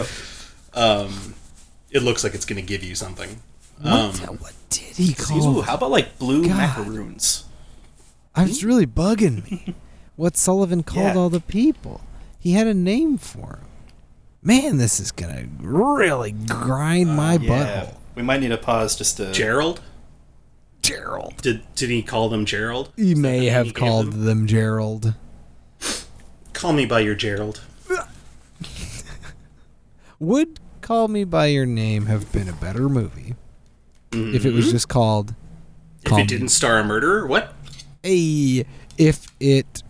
Speaker 1: Um, it looks like it's gonna give you something.
Speaker 2: What, what did he
Speaker 3: These-
Speaker 2: call?
Speaker 3: Um, ooh, how about like blue
Speaker 2: God.
Speaker 3: macaroons?
Speaker 2: I was really bugging me. what Sullivan called
Speaker 3: Yeah.
Speaker 2: all the people. He had a name for him. Man, this is gonna really
Speaker 3: Uh,
Speaker 2: grind my butthole.
Speaker 3: we might need a pause just
Speaker 2: Uh.
Speaker 3: to.
Speaker 1: Gerald?
Speaker 2: Gerald.
Speaker 1: Did did he call them Gerald?
Speaker 2: He may
Speaker 1: name
Speaker 2: have
Speaker 1: he gave
Speaker 2: called
Speaker 1: them?
Speaker 2: them? Gerald.
Speaker 1: Call me by your Gerald.
Speaker 2: Would Call Me by Your Name have been a better movie if it
Speaker 1: Mm-hmm.
Speaker 2: was just called
Speaker 1: If
Speaker 2: Call Me-
Speaker 1: it didn't star a murderer, what?
Speaker 2: Hey, if it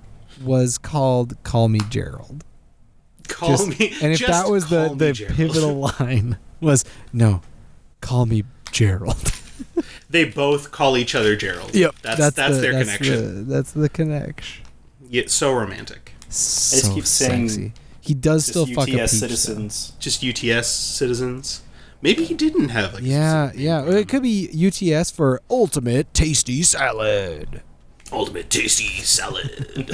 Speaker 2: was called Call Me Gerald.
Speaker 1: Call
Speaker 2: Just-
Speaker 1: me.
Speaker 2: and if
Speaker 1: just
Speaker 2: that was the,
Speaker 1: call me
Speaker 2: the
Speaker 1: Gerald.
Speaker 2: pivotal line was no, call me Gerald.
Speaker 1: they both call each other Gerald.
Speaker 2: Yep,
Speaker 1: that's that's,
Speaker 2: the-
Speaker 1: their
Speaker 2: that's
Speaker 1: connection.
Speaker 2: The, that's the connection.
Speaker 1: Yeah, so romantic.
Speaker 2: So
Speaker 3: keep saying
Speaker 2: sexy. He does
Speaker 3: just
Speaker 2: still fuck a peach.
Speaker 3: UTS
Speaker 2: though.
Speaker 3: citizens.
Speaker 1: Just UTS citizens. Maybe he didn't have like
Speaker 2: Yeah, yeah. Well, It could be UTS for ultimate tasty salad.
Speaker 1: ultimate tasty salad.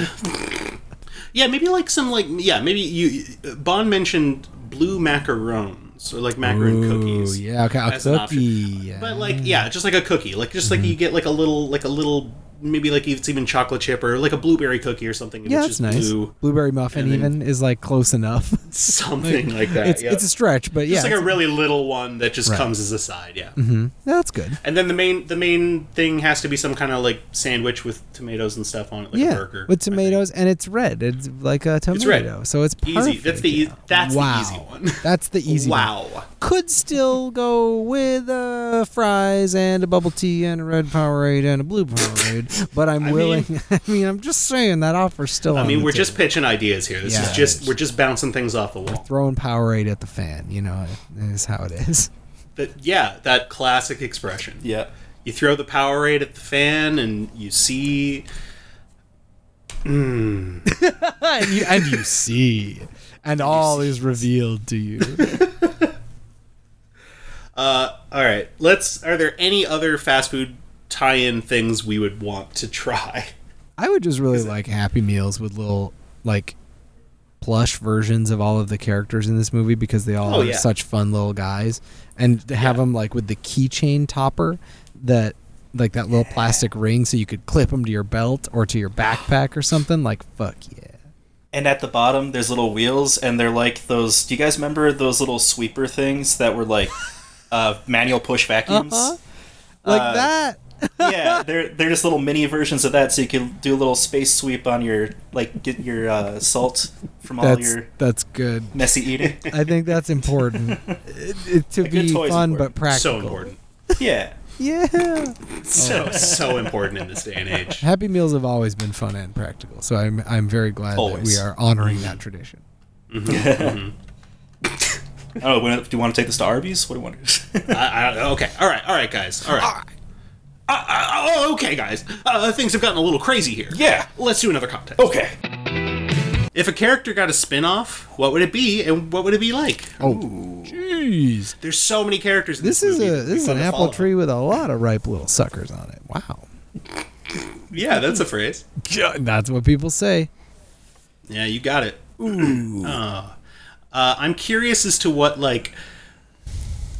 Speaker 1: yeah, maybe like some like yeah, maybe you Bond mentioned blue macarons or like macaron
Speaker 2: Ooh,
Speaker 1: cookies.
Speaker 2: yeah. Okay, a
Speaker 1: as an option.
Speaker 2: cookie. Mm-hmm.
Speaker 1: But like yeah, just like a cookie. Like just like you get like a little like a little maybe like it's even chocolate chip or like a blueberry cookie or something and
Speaker 2: yeah,
Speaker 1: it's
Speaker 2: that's
Speaker 1: just
Speaker 2: nice.
Speaker 1: blue
Speaker 2: Blueberry muffin
Speaker 1: and then-
Speaker 2: even is like close enough.
Speaker 1: something like that.
Speaker 2: it's
Speaker 1: yeah.
Speaker 2: it's a stretch, but yeah,
Speaker 1: just like a
Speaker 2: it's-
Speaker 1: really little one that just
Speaker 2: Right. Mm-hmm.
Speaker 1: comes as a side, yeah.
Speaker 2: that's good.
Speaker 1: And then the main the main thing has to be some kind of like sandwich with tomatoes and stuff on it, like a
Speaker 2: Yeah,
Speaker 1: burger
Speaker 2: with
Speaker 1: I think.
Speaker 2: tomatoes, and it's red. It's like a tomato,
Speaker 1: red.
Speaker 2: so it's perfect.
Speaker 1: Easy. That's the
Speaker 2: yeah.
Speaker 1: e- that's the
Speaker 2: wow.
Speaker 1: easy one.
Speaker 2: That's the easy one.
Speaker 1: Wow.
Speaker 2: could still go with uh, fries and a bubble tea and a red Powerade and a blue Powerade, but I'm willing. I mean, I'm just saying that offer's still.
Speaker 1: I
Speaker 2: on
Speaker 1: mean,
Speaker 2: the
Speaker 1: we're
Speaker 2: table.
Speaker 1: just pitching ideas here. This
Speaker 2: Yeah.
Speaker 1: is just we're just bouncing things off the wall.
Speaker 2: throwing Powerade at the fan. You know, is how it is.
Speaker 1: But yeah, that classic expression.
Speaker 3: Yeah.
Speaker 1: You throw the Powerade at the fan, and you see.
Speaker 2: and, you, and you see, and all is revealed to you.
Speaker 1: Uh, all right. Let's. Are there any other fast food tie-in things we would want to try?
Speaker 2: I would just really like Happy Meals with little like plush versions of all of the characters in this movie because they all
Speaker 1: Oh,
Speaker 2: are
Speaker 1: yeah.
Speaker 2: such fun little guys, and to have them like with the keychain topper that like that little plastic ring so you could clip them to your belt or to your backpack or something. Like fuck yeah.
Speaker 3: And at the bottom, there's little wheels, and they're like those. Do you guys remember those little sweeper things that were like uh, manual push vacuums?
Speaker 2: Uh-huh. Like
Speaker 3: Uh,
Speaker 2: that.
Speaker 3: yeah, they're they're just little mini versions of that, so you can do a little space sweep on your like get your uh, salt from all
Speaker 2: That's
Speaker 3: your
Speaker 2: that's good.
Speaker 3: messy eating.
Speaker 2: I think that's important It- it- to be
Speaker 3: toy's
Speaker 2: fun
Speaker 3: important.
Speaker 2: but practical.
Speaker 1: So important.
Speaker 3: yeah,
Speaker 2: Oh. Yeah.
Speaker 1: So so important in this day and age.
Speaker 2: Happy Meals have always been fun and practical, so I'm I'm very glad that
Speaker 3: Always.
Speaker 2: we are honoring that tradition.
Speaker 3: I don't know. Oh, when- Do you want to take this to Arby's? What do you want to do?
Speaker 1: I, I, okay. All right. All right, guys. All right. Uh, uh, oh, okay, guys. Uh, things have gotten a little crazy here.
Speaker 3: Yeah.
Speaker 1: Let's do another context.
Speaker 3: okay.
Speaker 1: If a character got a spin-off, what would it be, and what would it be like?
Speaker 2: Jeez,
Speaker 1: There's so many characters. In this,
Speaker 2: this is
Speaker 1: movie.
Speaker 2: a this is
Speaker 3: fun
Speaker 2: an
Speaker 3: to
Speaker 2: apple
Speaker 3: follow.
Speaker 2: tree with a lot of ripe little suckers on it. Wow,
Speaker 1: yeah. That's a phrase.
Speaker 2: that's what people say.
Speaker 1: Yeah, you got it. Ooh. Uh, I'm curious as to what like.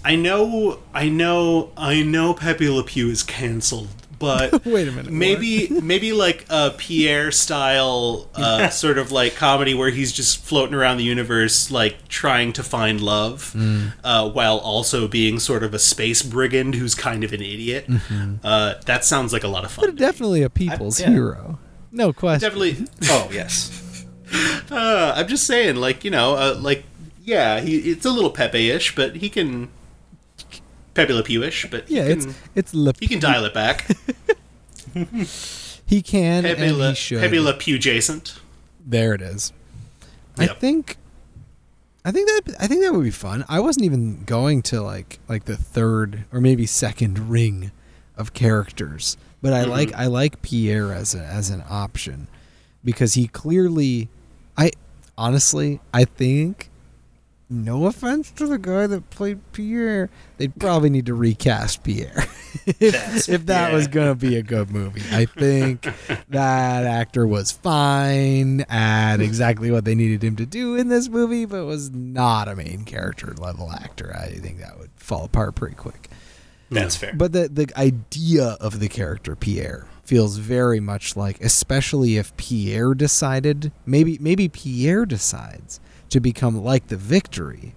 Speaker 1: I know, I know, I know. Pepe Le Pew is canceled, but
Speaker 2: Wait a minute, what?
Speaker 1: Maybe, maybe like a Pierre style uh, sort of like comedy where he's just floating around the universe, like trying to find love,
Speaker 2: Mm.
Speaker 1: uh, while also being sort of a space brigand who's kind of an idiot.
Speaker 2: Mm-hmm.
Speaker 1: Uh, that sounds like a lot of fun. to me.
Speaker 2: Definitely a people's
Speaker 3: yeah.
Speaker 2: hero, no question.
Speaker 1: Definitely,
Speaker 3: Oh yes.
Speaker 1: Uh, I'm just saying, like you know, uh, like yeah, he it's a little Pepe-ish, but he can Pepe Le Pew-ish, but
Speaker 2: Yeah,
Speaker 1: he can,
Speaker 2: it's it's Le,
Speaker 1: he can dial it back.
Speaker 2: he can
Speaker 1: Pepe
Speaker 2: and
Speaker 1: Le
Speaker 2: he should.
Speaker 1: Pepe Le Pew adjacent.
Speaker 2: There it is. I
Speaker 1: Yep.
Speaker 2: think I think that I think that would be fun. I wasn't even going to like like the third or maybe second ring of characters, but I like I like Pierre as a, as an option because he clearly I honestly I think no offense to the guy that played Pierre, they'd probably need to recast Pierre. if, if that was going to be a good movie, I think that actor was fine at exactly what they needed him to do in this movie, but was not a main character level actor. I think that would fall apart pretty quick.
Speaker 3: That's fair.
Speaker 2: But the the idea of the character Pierre feels very much like, especially if Pierre decided, maybe maybe Pierre decides to become like the Victory,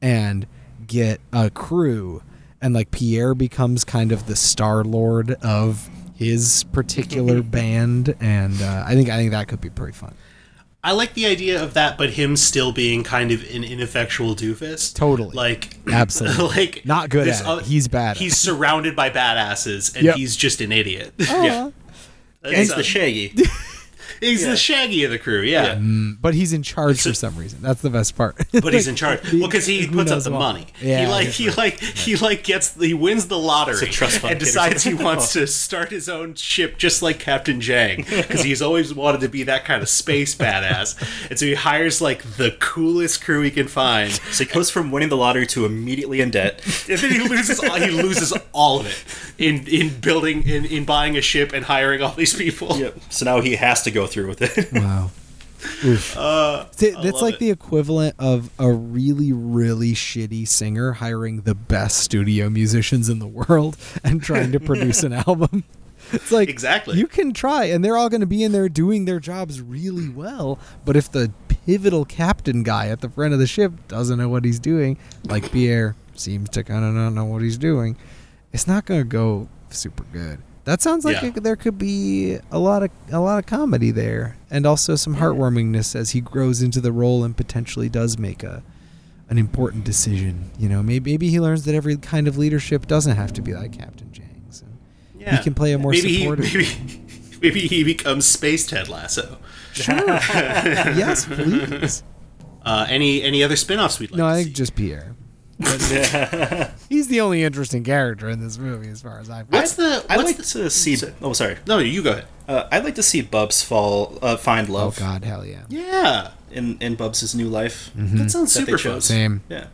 Speaker 2: and get a crew, and like Pierre becomes kind of the Star Lord of his particular band, and uh, I think I think that could be pretty fun.
Speaker 1: I like the idea of that, but him still being kind of an ineffectual doofus.
Speaker 2: Totally.
Speaker 1: like
Speaker 2: Absolutely.
Speaker 1: like
Speaker 2: Not good
Speaker 1: this
Speaker 2: at it.
Speaker 1: oth-
Speaker 2: He's bad at
Speaker 1: He's
Speaker 2: it.
Speaker 1: surrounded by badasses, and
Speaker 2: Yep. Uh-huh.
Speaker 1: he's just an idiot.
Speaker 3: yeah. He's the Shaggy.
Speaker 1: he's the Shaggy of the crew. Yeah.
Speaker 2: But he's in charge for some reason. That's the best part.
Speaker 1: But he's in charge. Well, because he
Speaker 2: who
Speaker 1: puts up
Speaker 2: knows
Speaker 1: the
Speaker 2: why?
Speaker 1: money. he
Speaker 2: Yeah,
Speaker 1: like he like he like gets he wins the lottery
Speaker 3: It's a trust fund
Speaker 1: and
Speaker 3: kid or
Speaker 1: decides he
Speaker 3: something.
Speaker 1: wants to start his own ship just like Captain Jang because he's always wanted to be that kind of space badass. And so he hires like the coolest crew he can find.
Speaker 3: So he goes from winning the lottery to immediately in debt.
Speaker 1: And then he loses all, he loses all of it in in building in in buying a ship and hiring all these people.
Speaker 3: Yep. So now he has to go through with it.
Speaker 2: Wow. Oof. See, that's
Speaker 1: Uh, love
Speaker 2: like
Speaker 1: it.
Speaker 2: the equivalent of a really, really shitty singer hiring the best studio musicians in the world and trying to produce an album. It's like
Speaker 1: Exactly.
Speaker 2: you can try, and they're all going to be in there doing their jobs really well. But if the pivotal captain guy at the front of the ship doesn't know what he's doing, like Pierre seems to kind of not know what he's doing, it's not going to go super good. That sounds like
Speaker 1: Yeah.
Speaker 2: it- there could be a lot of a lot of comedy there, and also some heartwarmingness as he grows into the role and potentially does make a an important decision. You know, maybe maybe he learns that every kind of leadership doesn't have to be like Captain Jangs. And
Speaker 1: Yeah.
Speaker 2: He can play a more
Speaker 1: maybe
Speaker 2: supportive.
Speaker 1: He, maybe, maybe he becomes Space Ted Lasso.
Speaker 2: yes, please.
Speaker 1: Uh, any any other spin-offs we'd like
Speaker 2: No,
Speaker 1: to
Speaker 2: I
Speaker 1: see?
Speaker 2: think just Pierre. He's the only interesting character in this movie, as far as I'm.
Speaker 1: What's the
Speaker 3: I'd
Speaker 1: what's
Speaker 3: like
Speaker 1: the,
Speaker 3: to see. Oh, sorry.
Speaker 1: No, you go ahead.
Speaker 3: Uh, I'd like to see Bubs fall, uh, find
Speaker 2: Oh
Speaker 3: love
Speaker 2: God, hell yeah.
Speaker 1: Yeah,
Speaker 3: in in Bubs' new life.
Speaker 1: that sounds
Speaker 2: Hmm.
Speaker 3: That they
Speaker 1: super fun.
Speaker 3: chose.
Speaker 2: Same.
Speaker 3: Yeah.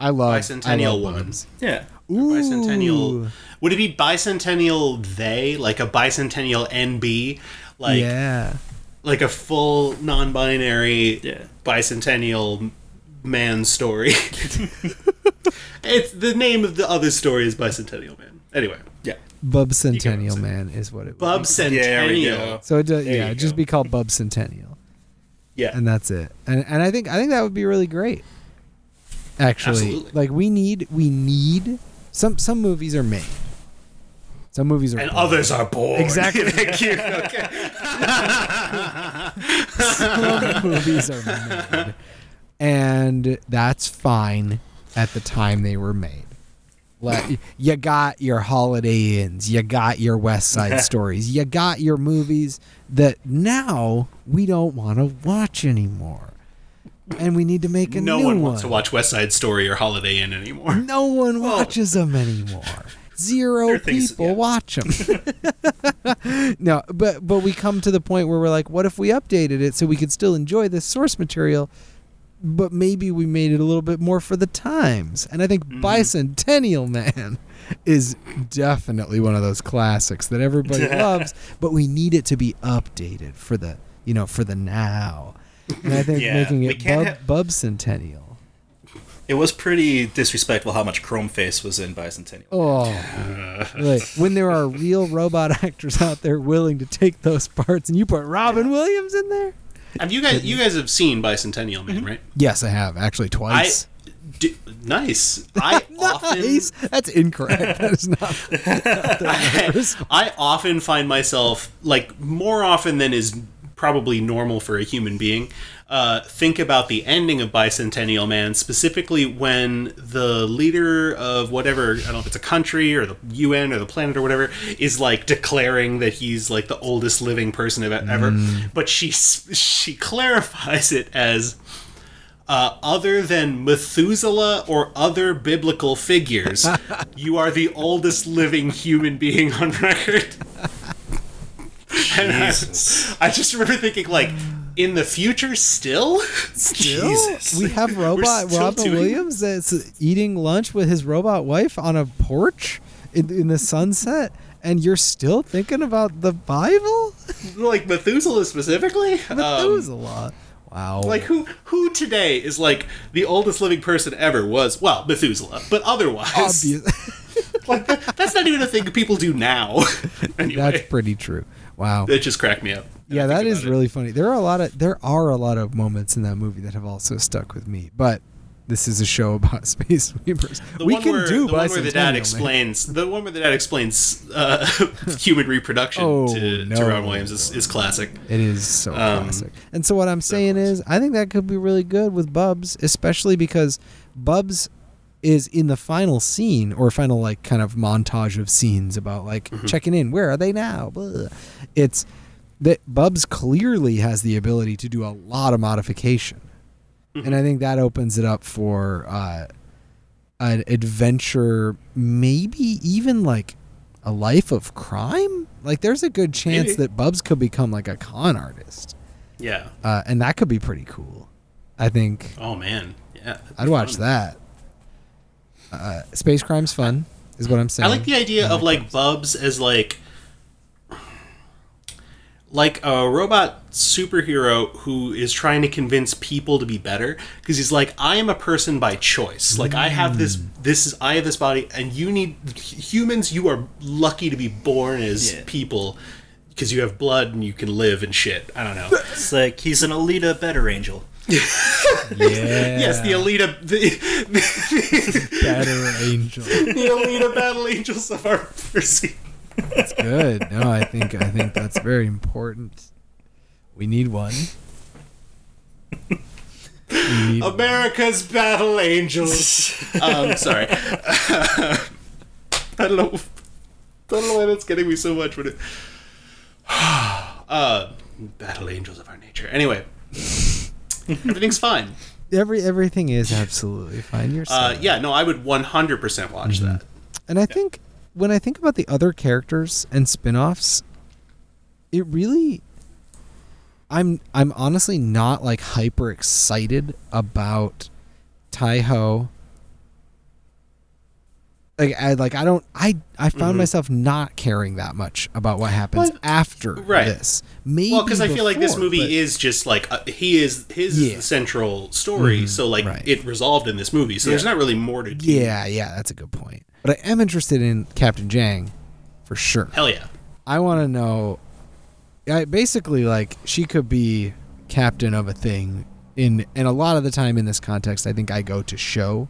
Speaker 2: I love I
Speaker 1: Bicentennial
Speaker 2: love
Speaker 1: woman.
Speaker 2: bugs.
Speaker 3: Yeah.
Speaker 2: Ooh.
Speaker 1: Bicentennial. Would it be bicentennial they? Like a bicentennial NB? Like
Speaker 2: yeah.
Speaker 1: like a full non binary
Speaker 3: Yeah.
Speaker 1: bicentennial man story. it's the name of the other story is Bicentennial Man. Anyway.
Speaker 3: Yeah.
Speaker 2: Bub
Speaker 1: You get what
Speaker 2: Centennial
Speaker 1: I'm
Speaker 2: Man is what it
Speaker 1: Bub
Speaker 2: was.
Speaker 3: There we
Speaker 1: Centennial.
Speaker 3: go.
Speaker 2: So it does,
Speaker 1: There
Speaker 2: yeah,
Speaker 1: you
Speaker 2: it'd just
Speaker 1: go.
Speaker 2: be called Bub Centennial.
Speaker 1: Yeah.
Speaker 2: and that's it. And and I think I think that would be really great. Actually,
Speaker 1: Absolutely.
Speaker 2: like we need we need some some movies are made. Some movies are
Speaker 1: And
Speaker 2: born.
Speaker 1: others are born.
Speaker 2: Exactly.
Speaker 1: Thank you. Okay.
Speaker 2: Some movies are made, and that's fine at the time they were made. Like you got your Holiday Inns, you got your West Side Stories, you got your movies that now we don't want to watch anymore, and we need to make a
Speaker 1: No
Speaker 2: new
Speaker 1: one wants
Speaker 2: one.
Speaker 1: to watch West Side Story or Holiday Inn anymore.
Speaker 2: No one watches them anymore. Zero
Speaker 3: are things-
Speaker 2: people
Speaker 3: yeah.
Speaker 2: watch 'em. watch them. no, but but we come to the point where we're like, what if we updated it so we could still enjoy this source material, but maybe we made it a little bit more for the times. And I think
Speaker 3: Mm-hmm.
Speaker 2: Bicentennial Man is definitely one of those classics that everybody loves, but we need it to be updated for the you know for the now. And I think
Speaker 3: Yeah,
Speaker 2: making
Speaker 3: we
Speaker 2: it
Speaker 3: can't
Speaker 2: bub,
Speaker 3: have-
Speaker 2: bub Centennial.
Speaker 3: It was pretty disrespectful how much Chromeface was in Bicentennial.
Speaker 2: Oh, like, when there are real robot actors out there willing to take those parts, and you put Robin Williams in there?
Speaker 1: Have you guys? You guys have seen Bicentennial
Speaker 2: Mm-hmm.
Speaker 1: Man, right?
Speaker 2: Yes, I have actually
Speaker 1: I
Speaker 2: twice.
Speaker 1: do, nice. I often
Speaker 2: nice. That's incorrect. That is not.
Speaker 1: I often find myself like more often than is probably normal for a human being. Uh, think about the ending of Bicentennial Man, specifically when the leader of whatever, I don't know if it's a country or the UN or the planet or whatever, is like declaring that he's like the oldest living person ev- ever. But she, s- she clarifies it as uh, other than Methuselah or other biblical figures, you are the oldest living human being on record. and I, was- I just remember thinking, like, in the future, still?
Speaker 2: Still,
Speaker 3: Jesus.
Speaker 2: we have robot
Speaker 1: still
Speaker 2: Robin
Speaker 1: doing-
Speaker 2: Williams that's eating lunch with his robot wife on a porch in, in the sunset, and you're still thinking about the Bible?
Speaker 1: like, Methuselah specifically?
Speaker 2: that
Speaker 1: Um,
Speaker 2: was a lot. Wow.
Speaker 1: like who who today is like the oldest living person ever was well Methuselah but otherwise
Speaker 2: obvious.
Speaker 1: like that- that's not even a thing people do now
Speaker 2: that's
Speaker 1: anyway
Speaker 2: pretty true. Wow.
Speaker 1: it just cracked me up
Speaker 2: yeah, that is
Speaker 1: really.
Speaker 2: really funny. There are a lot of there are a lot of moments in that movie that have also stuck with me. But this is a show about space weavers.
Speaker 1: The
Speaker 2: we
Speaker 1: one
Speaker 2: can
Speaker 1: where,
Speaker 2: do
Speaker 1: the one where the dad
Speaker 2: Bicentennial Man.
Speaker 1: explains the one where the dad explains uh, human reproduction
Speaker 2: Oh,
Speaker 1: to, to
Speaker 2: no.
Speaker 1: Ron Williams is, is classic.
Speaker 2: It is so
Speaker 1: Um,
Speaker 2: classic. And so what I'm saying is, I think that could be really good with Bubs, especially because Bubs is in the final scene or final like kind of montage of scenes about like
Speaker 1: Mm-hmm.
Speaker 2: checking in. Where are they now? Blah. It's that Bubs clearly has the ability to do a lot of modification, and I think that opens it up for uh, an adventure, maybe even like a life of crime. Like there's a good chance
Speaker 1: Maybe.
Speaker 2: that Bubs could become like a con artist,
Speaker 1: Yeah.
Speaker 2: uh, and that could be pretty cool. I think
Speaker 1: Oh man. Yeah.
Speaker 2: I'd watch that. Uh, space crime's fun, is what I'm saying.
Speaker 1: I like the idea of like Bubs as like like a robot superhero who is trying to convince people to be better because he's like I am a person by choice. Like I have this this is I have this body and you need humans you are lucky to be born as
Speaker 3: Yeah.
Speaker 1: people because you have blood and you can live and shit. I don't know.
Speaker 3: It's like he's an Alita better angel.
Speaker 2: yeah,
Speaker 1: Yes, the Alita, the,
Speaker 2: better angel.
Speaker 1: the Alita battle angels of our mercy.
Speaker 2: That's good. No, I think I think that's very important. We need one. We need
Speaker 1: America's battle angels. um, sorry. I don't know. I don't know why that's getting me so much, but it. uh, battle angels of our nature. Anyway, everything's fine.
Speaker 2: every everything is absolutely fine. You're
Speaker 1: Uh,
Speaker 2: set.
Speaker 1: yeah, no, I would 100%
Speaker 2: Mhm.
Speaker 1: watch that.
Speaker 2: And I think when I think about the other characters and spin-offs, it really I'm I'm honestly not like hyper excited about Taiho like I like I don't I I found
Speaker 1: Mm-hmm.
Speaker 2: myself not caring that much about what happens
Speaker 1: Well,
Speaker 2: after
Speaker 1: right.
Speaker 2: this. Maybe
Speaker 1: Well, because I feel like this
Speaker 2: before,
Speaker 1: movie
Speaker 2: but-
Speaker 1: is just like uh, he is his is
Speaker 2: Yeah. Mm-hmm.
Speaker 1: the central story, so like
Speaker 2: right.
Speaker 1: it resolved in this movie. So there's not really more to do.
Speaker 2: Yeah, yeah, that's a good point. But I am interested in Captain Jang for sure.
Speaker 1: Hell yeah,
Speaker 2: I want to know. I basically like she could be captain of a thing in, and a lot of the time in this context, I think I go to show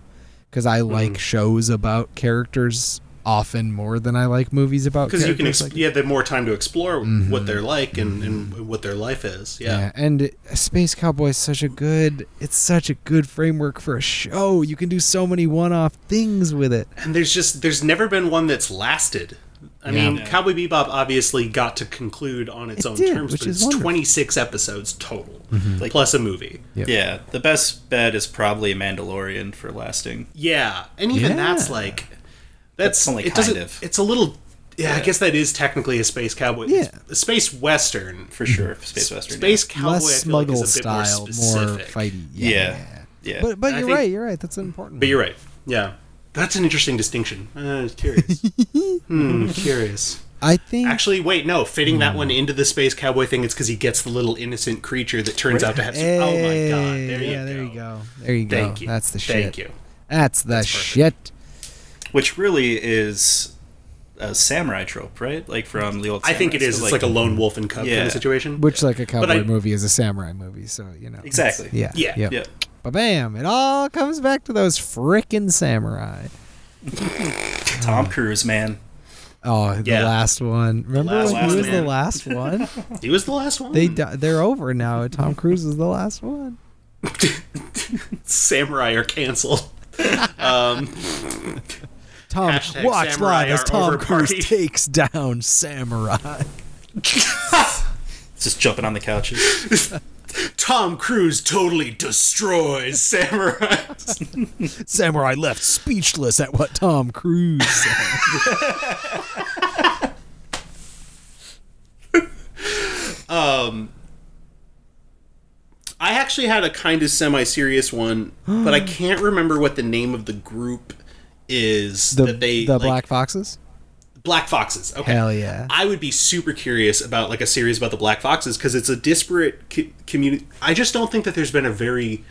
Speaker 2: because I
Speaker 1: Mm-hmm.
Speaker 2: like shows about characters often more than I like movies about.
Speaker 1: because you can
Speaker 2: characters
Speaker 1: exp-
Speaker 2: like- Mm-hmm.
Speaker 1: you have the more time to explore what they're like and, and what their life is. Yeah.
Speaker 2: yeah, and it- Space Cowboy is such a good. It's such a good framework for a show. You can do so many one-off things with it.
Speaker 1: and there's just there's never been one that's lasted. I
Speaker 2: Yeah.
Speaker 1: mean, Cowboy Bebop obviously got to conclude on its
Speaker 2: It
Speaker 1: own
Speaker 2: did,
Speaker 1: terms,
Speaker 2: which
Speaker 1: but
Speaker 2: is
Speaker 1: it's
Speaker 2: wonderful. Mm-hmm.
Speaker 1: 26 episodes total, plus a movie.
Speaker 2: Yep.
Speaker 3: Yeah, the best bet is probably Mandalorian for lasting.
Speaker 1: Yeah, and even
Speaker 2: Yeah.
Speaker 1: that's like that's,
Speaker 3: That's only
Speaker 1: it doesn't,
Speaker 3: kind of.
Speaker 1: It's a little. Yeah, I guess that is technically a space cowboy.
Speaker 2: Yeah.
Speaker 1: a space western.
Speaker 3: For sure, space western.
Speaker 1: Mm-hmm. Space cowboy
Speaker 2: Less
Speaker 1: I feel like,
Speaker 2: smuggle
Speaker 1: is a bit
Speaker 2: style, more,
Speaker 1: more specific.
Speaker 2: fighty.
Speaker 3: Yeah.
Speaker 2: Yeah.
Speaker 3: Yeah. yeah.
Speaker 2: But but
Speaker 1: I
Speaker 2: you're
Speaker 1: think-
Speaker 2: right. You're right. That's important.
Speaker 1: But you're right. Yeah, that's an interesting distinction. Uh, I was curious. hmm, curious.
Speaker 2: I think
Speaker 1: Actually, wait, no. Fitting that one into the space cowboy thing, it's because he gets the little innocent creature that turns out to have. Some, oh my god!
Speaker 2: Hey,
Speaker 1: There
Speaker 2: yeah,
Speaker 1: you
Speaker 2: there
Speaker 1: go.
Speaker 2: you go. There you go.
Speaker 1: Thank you.
Speaker 2: That's the shit.
Speaker 1: Thank you.
Speaker 2: That's the shit.
Speaker 3: Which really is a samurai trope, right? Like from the old.
Speaker 1: I think it
Speaker 3: samurais,
Speaker 1: is.
Speaker 3: so,
Speaker 1: It's like a lone wolf and cub kind
Speaker 3: Yeah.
Speaker 1: of situation.
Speaker 2: Which, like a cowboy
Speaker 1: I-
Speaker 2: movie, is a samurai movie. So you know. it's-
Speaker 3: Exactly.
Speaker 2: Yeah.
Speaker 1: Yeah,
Speaker 2: Yep.
Speaker 3: Yeah.
Speaker 2: Ba bam! It all comes back to those frickin' samurai.
Speaker 3: Tom Cruise, man.
Speaker 2: Oh, the
Speaker 1: Yeah.
Speaker 2: last one. Remember
Speaker 1: Last
Speaker 2: when he
Speaker 1: one,
Speaker 2: was the
Speaker 1: man.
Speaker 2: last one?
Speaker 1: he was the last one.
Speaker 2: they di- they're over now. Tom Cruise is the last one.
Speaker 1: samurai are canceled.
Speaker 2: Tom,
Speaker 1: Hashtag
Speaker 2: watch
Speaker 1: samurai
Speaker 2: live as
Speaker 1: are
Speaker 2: Tom
Speaker 1: over
Speaker 2: Cruise
Speaker 1: party.
Speaker 2: takes down samurai.
Speaker 3: Just jumping on the couches.
Speaker 1: Tom Cruise totally destroys samurai.
Speaker 2: samurai left speechless at what Tom Cruise said.
Speaker 1: I actually had a kind of semi-serious one, but I can't remember what the name of the group is
Speaker 2: the,
Speaker 1: that they
Speaker 2: the
Speaker 1: like-
Speaker 2: black foxes.
Speaker 1: Black Foxes. Okay.
Speaker 2: Hell yeah.
Speaker 1: I would be super curious about like a series about the Black Foxes because it's a disparate co- community. I just don't think that there's been a very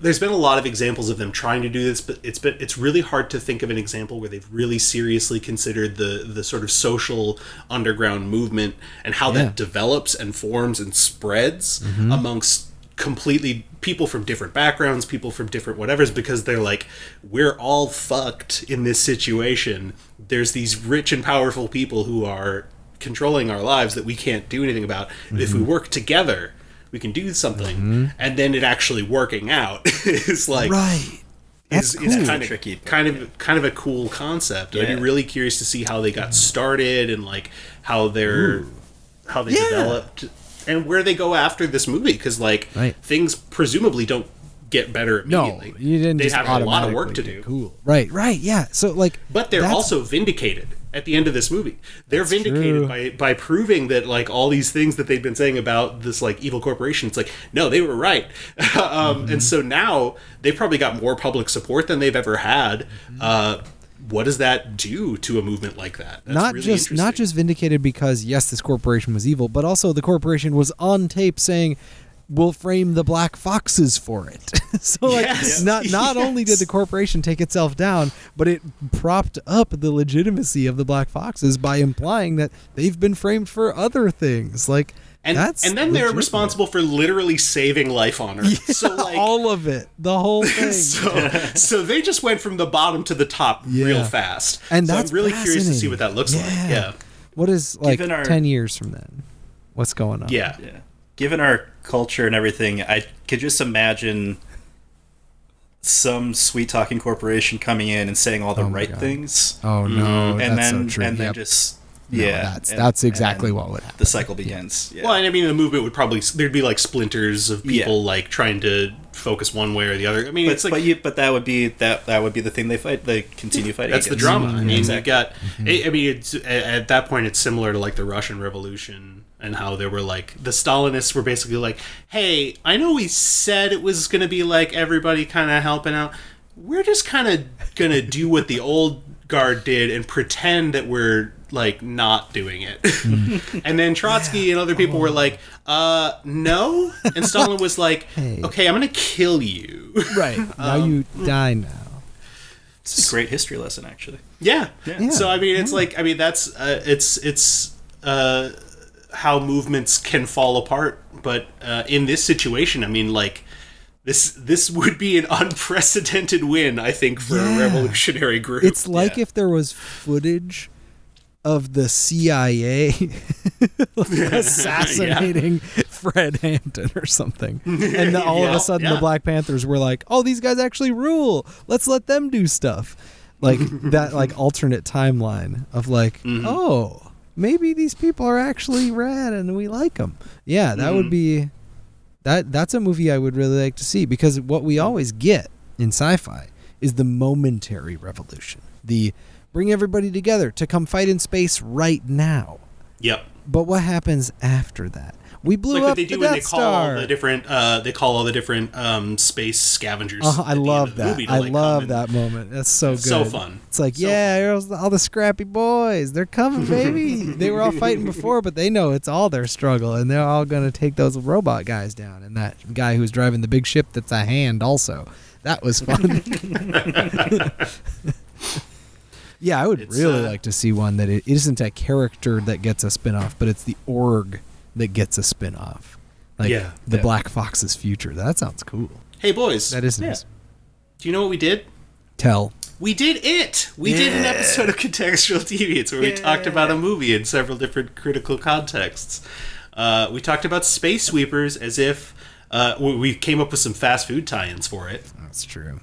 Speaker 1: there's been a lot of examples of them trying to do this, but it's been it's really hard to think of an example where they've really seriously considered the the sort of social underground movement and how
Speaker 2: Yeah.
Speaker 1: that develops and forms and spreads amongst completely people from different backgrounds, people from different whatevers, because they're like, we're all fucked in this situation. There's these rich and powerful people who are controlling our lives that we can't do anything about. But If we work together, we can do something. And then it actually working out is like
Speaker 2: Mm-hmm. Right.
Speaker 1: is,
Speaker 2: That's
Speaker 1: is
Speaker 2: cool.
Speaker 1: kind of
Speaker 3: Tricky, but
Speaker 1: kind of kind of a cool concept. I'd
Speaker 3: Yeah.
Speaker 1: be really curious to see how they
Speaker 2: Mm-hmm.
Speaker 1: got started and like how they're how they developed and where they go after this movie because like
Speaker 2: Right.
Speaker 1: things presumably don't get better
Speaker 2: No,
Speaker 1: immediately.
Speaker 2: you didn't
Speaker 1: They
Speaker 2: just
Speaker 1: have a lot of
Speaker 2: automatically
Speaker 1: work to
Speaker 2: get
Speaker 1: do.
Speaker 2: Cool. Right, right, yeah. So like
Speaker 1: But they're
Speaker 2: that's-
Speaker 1: also vindicated at the end of this movie. They're
Speaker 2: true.
Speaker 1: vindicated by, by proving that like all these things that they've been saying about this like evil corporation. It's like no, they were right. um,
Speaker 2: Mm-hmm.
Speaker 1: And so now they've probably got more public support than they've ever had.
Speaker 2: Mm-hmm.
Speaker 1: Uh, what does that do to a movement like that? That's
Speaker 2: not
Speaker 1: really
Speaker 2: just not
Speaker 1: interesting.
Speaker 2: just vindicated because yes, this corporation was evil, but also the corporation was on tape saying we'll frame the black foxes for it. so like
Speaker 1: Yes.
Speaker 2: not not only did the corporation take itself down, but it propped up the legitimacy of the black foxes by implying that they've been framed for other things. Like
Speaker 1: and
Speaker 2: that's
Speaker 1: and then they're
Speaker 2: legitimate.
Speaker 1: responsible for literally saving life on Earth. so like
Speaker 2: all of it, the whole thing.
Speaker 1: so, so they just went from the bottom to the top real
Speaker 2: Yeah.
Speaker 1: fast.
Speaker 2: and
Speaker 1: so
Speaker 2: that's
Speaker 1: I'm really curious to see
Speaker 2: fascinating.
Speaker 1: what that looks like. Yeah.
Speaker 2: What is like
Speaker 3: Given our-
Speaker 2: ten years from then? What's going on?
Speaker 1: Yeah.
Speaker 3: Yeah. Given our culture and everything, I could just imagine some sweet talking corporation coming in and saying all the
Speaker 2: my
Speaker 3: right
Speaker 2: God.
Speaker 3: things.
Speaker 2: Oh no,
Speaker 1: Mm-hmm.
Speaker 3: and
Speaker 2: that's
Speaker 3: then
Speaker 2: so true.
Speaker 3: and then
Speaker 2: Yep.
Speaker 3: just
Speaker 2: No,
Speaker 3: yeah.
Speaker 2: that's
Speaker 3: and-
Speaker 2: that's exactly
Speaker 3: and
Speaker 2: what would happen.
Speaker 3: the cycle begins. Yeah.
Speaker 1: Well, and I mean, the movement would probably there'd be like splinters of people
Speaker 3: Yeah.
Speaker 1: like trying to focus one way or the other. I mean,
Speaker 3: but,
Speaker 1: it's like
Speaker 3: but you but that would be that that would be the thing they fight they continue fighting.
Speaker 1: that's the
Speaker 3: against.
Speaker 1: drama.
Speaker 2: Mm-hmm.
Speaker 1: I mean, you
Speaker 3: exactly.
Speaker 1: got. I- I mean, it's, a- at that point, it's similar to like the Russian Revolution and how there were like the Stalinists were basically like, "Hey, I know we said it was going to be like everybody kind of helping out. We're just kind of going to do what the old guard did and pretend that we're like not doing it. and then Trotsky and other people were like, uh, no. And Stalin was like, okay, I'm going to kill you.
Speaker 2: Right. Now
Speaker 1: Um,
Speaker 2: you
Speaker 1: hmm.
Speaker 2: die now.
Speaker 3: It's a great history lesson, actually.
Speaker 1: Yeah.
Speaker 2: Yeah.
Speaker 1: So I mean, it's like I mean that's uh, it's it's uh, how movements can fall apart. But uh, in this situation, I mean, like this this would be an unprecedented win, I think, for a
Speaker 2: Yeah.
Speaker 1: revolutionary group.
Speaker 2: It's like if there was footage of the CIA assassinating Fred Hampton or something. And the- all of
Speaker 1: Yeah.
Speaker 2: a sudden
Speaker 1: Yeah.
Speaker 2: the Black Panthers were like, "Oh, these guys actually rule. Let's let them do stuff." Like that like alternate timeline of like,
Speaker 1: Mm-hmm.
Speaker 2: "Oh, maybe these people are actually rad and we like them." Yeah, that
Speaker 1: Mm-hmm.
Speaker 2: would be that that's a movie I would really like to see because what we always get in sci-fi is the momentary revolution. The bring everybody together to come fight in space right now.
Speaker 1: yep.
Speaker 2: But what happens after that? We blew
Speaker 1: Like
Speaker 2: up
Speaker 1: what they
Speaker 2: the
Speaker 1: do
Speaker 2: Death
Speaker 1: when they call
Speaker 2: Star.
Speaker 1: all the different uh, they call all the different um, space scavengers.
Speaker 2: Uh-huh, I
Speaker 1: at the end
Speaker 2: love
Speaker 1: of the
Speaker 2: that.
Speaker 1: movie to,
Speaker 2: I
Speaker 1: like,
Speaker 2: love
Speaker 1: come and-
Speaker 2: that moment. That's so good.
Speaker 1: So fun.
Speaker 2: It's like,
Speaker 1: So
Speaker 2: yeah, here's all the scrappy boys. They're coming, baby. they were all fighting before, but they know it's all their struggle, and they're all going to take those robot guys down. And that guy who's driving the big ship that's a hand also. That was fun. yeah, I would
Speaker 1: It's,
Speaker 2: really
Speaker 1: uh,
Speaker 2: like to see one that it isn't a character that gets a spin off, but it's the org that gets a spin off. Like
Speaker 1: Yeah.
Speaker 2: the
Speaker 3: Yeah.
Speaker 2: Black Fox's future. That sounds cool.
Speaker 1: Hey boys,
Speaker 2: That is nice.
Speaker 1: do you know what we did?
Speaker 2: Tell.
Speaker 1: We did it. We did an episode of Contextual Deviants where we talked about a movie in several different critical contexts. Uh, we talked about space sweepers as if uh, we- we came up with some fast food tie-ins for it.
Speaker 2: That's true.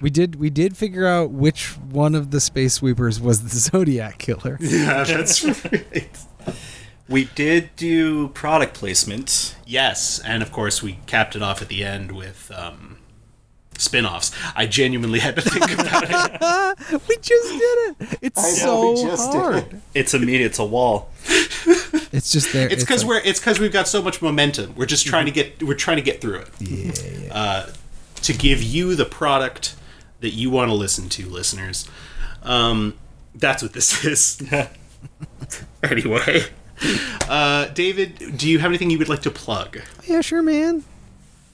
Speaker 2: We did we did figure out which one of the space sweepers was the Zodiac killer.
Speaker 1: Yeah, that's right.
Speaker 3: We did do product placement.
Speaker 1: Yes, and of course we capped it off at the end with um, spin-offs. I genuinely had to think about it.
Speaker 2: we just did it. It's
Speaker 5: know,
Speaker 2: so
Speaker 5: we just did
Speaker 2: hard.
Speaker 3: It's immediate. It's a wall.
Speaker 2: It's just there.
Speaker 1: It's Mhm. because
Speaker 2: like-
Speaker 1: we're it's because we've got so much momentum. We're just trying to get we're trying to get through it. Yeah. Uh, to give you the product that you want to listen to, listeners. Um, that's what this is. anyway, uh, David, do you have anything you would like to plug?
Speaker 2: yeah, sure, man.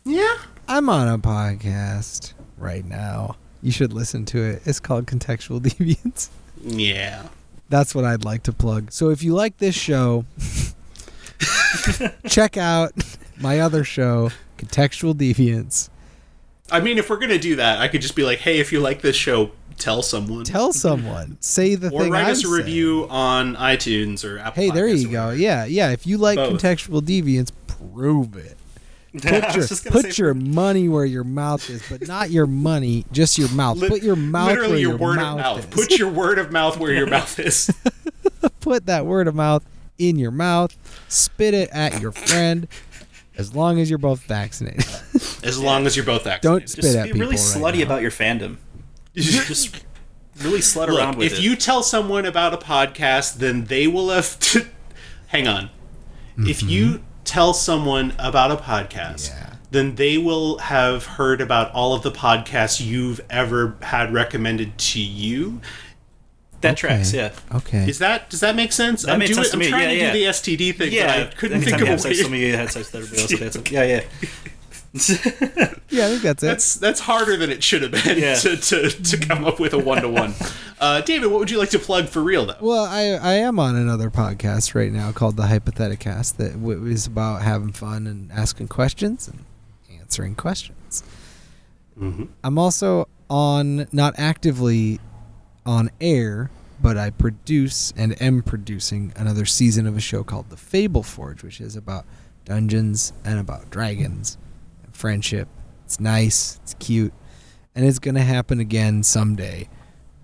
Speaker 1: Yeah.
Speaker 2: I'm on a podcast right now. You should listen to it. It's called Contextual Deviance.
Speaker 1: Yeah.
Speaker 2: That's what I'd like to plug. So if you like this show, check out my other show, Contextual Deviance.
Speaker 1: I mean, if we're gonna do that, I could just be like, hey, if you like this show, tell someone.
Speaker 2: Tell someone, say the
Speaker 1: or
Speaker 2: thing
Speaker 1: write
Speaker 2: I'm
Speaker 1: us a
Speaker 2: saying.
Speaker 1: review on iTunes or Apple.
Speaker 2: Hey, there
Speaker 1: Podcasts
Speaker 2: you
Speaker 1: or
Speaker 2: go.
Speaker 1: whatever.
Speaker 2: Yeah, yeah. If you like
Speaker 1: Both.
Speaker 2: contextual deviance, prove it.
Speaker 3: I
Speaker 2: Put
Speaker 3: was
Speaker 2: your,
Speaker 3: just gonna
Speaker 2: put
Speaker 3: say-
Speaker 2: your money where your mouth is, but not your money, just your mouth.
Speaker 1: Lit-
Speaker 2: put your mouth where
Speaker 1: literally your,
Speaker 2: your,
Speaker 1: word
Speaker 2: mouth,
Speaker 1: of mouth.
Speaker 2: is.
Speaker 1: Put your word of mouth where your mouth is.
Speaker 2: Put that word of mouth in your mouth. Spit it at your friend. As long as you're both vaccinated,
Speaker 1: As long as you're both actors.
Speaker 2: don't spit
Speaker 3: Just
Speaker 2: at
Speaker 3: be
Speaker 2: people.
Speaker 3: really
Speaker 2: right
Speaker 3: slutty
Speaker 2: now.
Speaker 3: about your fandom. Just really slut around
Speaker 1: Look,
Speaker 3: with
Speaker 1: if
Speaker 3: it.
Speaker 1: you tell someone about a podcast, then they will have to. Hang on. If you tell someone about a podcast,
Speaker 2: Mm-hmm. Yeah.
Speaker 1: then they will have heard about all of the podcasts you've ever had recommended to you.
Speaker 3: that tracks, yeah.
Speaker 2: Okay.
Speaker 1: Is that does that make sense? I'm,
Speaker 3: made
Speaker 1: doing,
Speaker 3: sense to
Speaker 1: I'm
Speaker 3: me.
Speaker 1: trying
Speaker 3: Yeah,
Speaker 1: to do
Speaker 3: yeah.
Speaker 1: the STD thing,
Speaker 3: Yeah,
Speaker 1: but I couldn't think
Speaker 3: anytime you
Speaker 1: of
Speaker 3: have
Speaker 1: a
Speaker 3: sex with
Speaker 1: way.
Speaker 3: me, you had sex with everybody else. you had sex- Yeah, yeah.
Speaker 2: Yeah, I think that's it.
Speaker 1: That's that's harder than it should have been
Speaker 3: Yeah.
Speaker 1: to, to, to come up with a one to one. David, what would you like to plug for real though?
Speaker 2: Well, I I am on another podcast right now called the Hypotheticast that w- is about having fun and asking questions and answering questions. I'm also on not actively on air, but I produce and am producing another season of a show called The Fable Forge, which is about dungeons and about dragons and friendship. It's nice, it's cute, and it's gonna happen again someday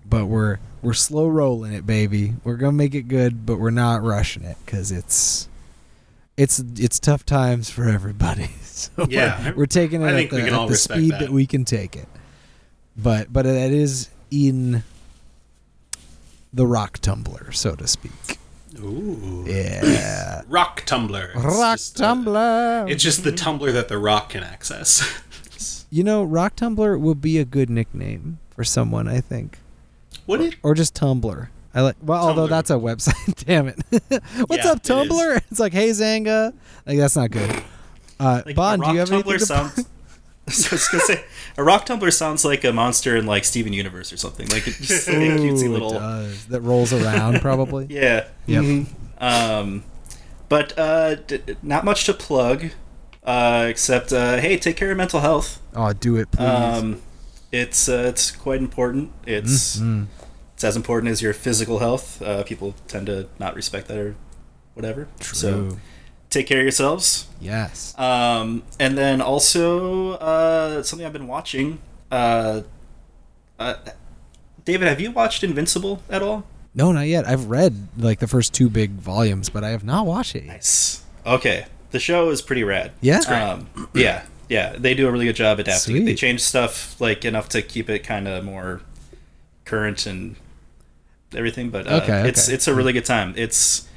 Speaker 2: but we're we're slow rolling it, baby. We're gonna make it good, but we're not rushing it because it's it's it's tough times for everybody. So we're-
Speaker 1: Yeah.
Speaker 2: we're, taking it
Speaker 1: I
Speaker 2: at
Speaker 1: think
Speaker 2: the,
Speaker 1: we can
Speaker 2: at
Speaker 1: all
Speaker 2: the
Speaker 1: respect
Speaker 2: speed
Speaker 1: that.
Speaker 2: that. we can take it. But but that is in the rock tumbler, so to speak.
Speaker 1: Ooh.
Speaker 2: Yeah,
Speaker 1: Rock Tumblr. It's
Speaker 2: rock
Speaker 1: just, uh,
Speaker 2: tumbler.
Speaker 1: It's just the Tumblr that the rock can access.
Speaker 2: you know, rock tumbler would be a good nickname for someone. I think
Speaker 1: Would it?
Speaker 2: or just Tumblr. I like well, although
Speaker 1: Tumblr.
Speaker 2: that's a website. Damn it! What's
Speaker 1: Yeah,
Speaker 2: up,
Speaker 1: it is.
Speaker 2: Tumblr? It's like, hey Zanga. Like that's not good. Uh,
Speaker 3: Like,
Speaker 2: Bond,
Speaker 3: a
Speaker 2: do you
Speaker 3: rock
Speaker 2: have anything
Speaker 3: tumbler
Speaker 2: to-
Speaker 3: sounds. I was gonna say a rock tumbler sounds like a monster in like Steven Universe or something. Like it's just like a
Speaker 2: Ooh,
Speaker 3: cutesy
Speaker 2: it
Speaker 3: little
Speaker 2: does. that rolls around probably.
Speaker 3: yeah.
Speaker 2: Yep.
Speaker 3: Um, but uh, d- d- not much to plug, uh, except uh, hey, take care of your mental health.
Speaker 2: Oh, do it, please.
Speaker 3: Um, it's uh, it's quite important. It's
Speaker 2: Mm-hmm.
Speaker 3: it's as important as your physical health. Uh, people tend to not respect that or whatever. So
Speaker 2: True.
Speaker 3: take care of yourselves.
Speaker 2: yes.
Speaker 3: Um, and then also uh, something I've been watching. Uh, uh, David, have you watched Invincible at all?
Speaker 2: no, not yet. I've read like the first two big volumes, but I have not watched it. yet.
Speaker 3: Nice. Okay, the show is pretty rad.
Speaker 2: Yeah.
Speaker 3: Um, yeah, yeah. They do a really good job adapting. it. They
Speaker 2: Sweet.
Speaker 3: change stuff like enough to keep it kind of more current and everything. But uh,
Speaker 2: Okay,
Speaker 3: it's
Speaker 2: okay.
Speaker 3: it's a really good time. It's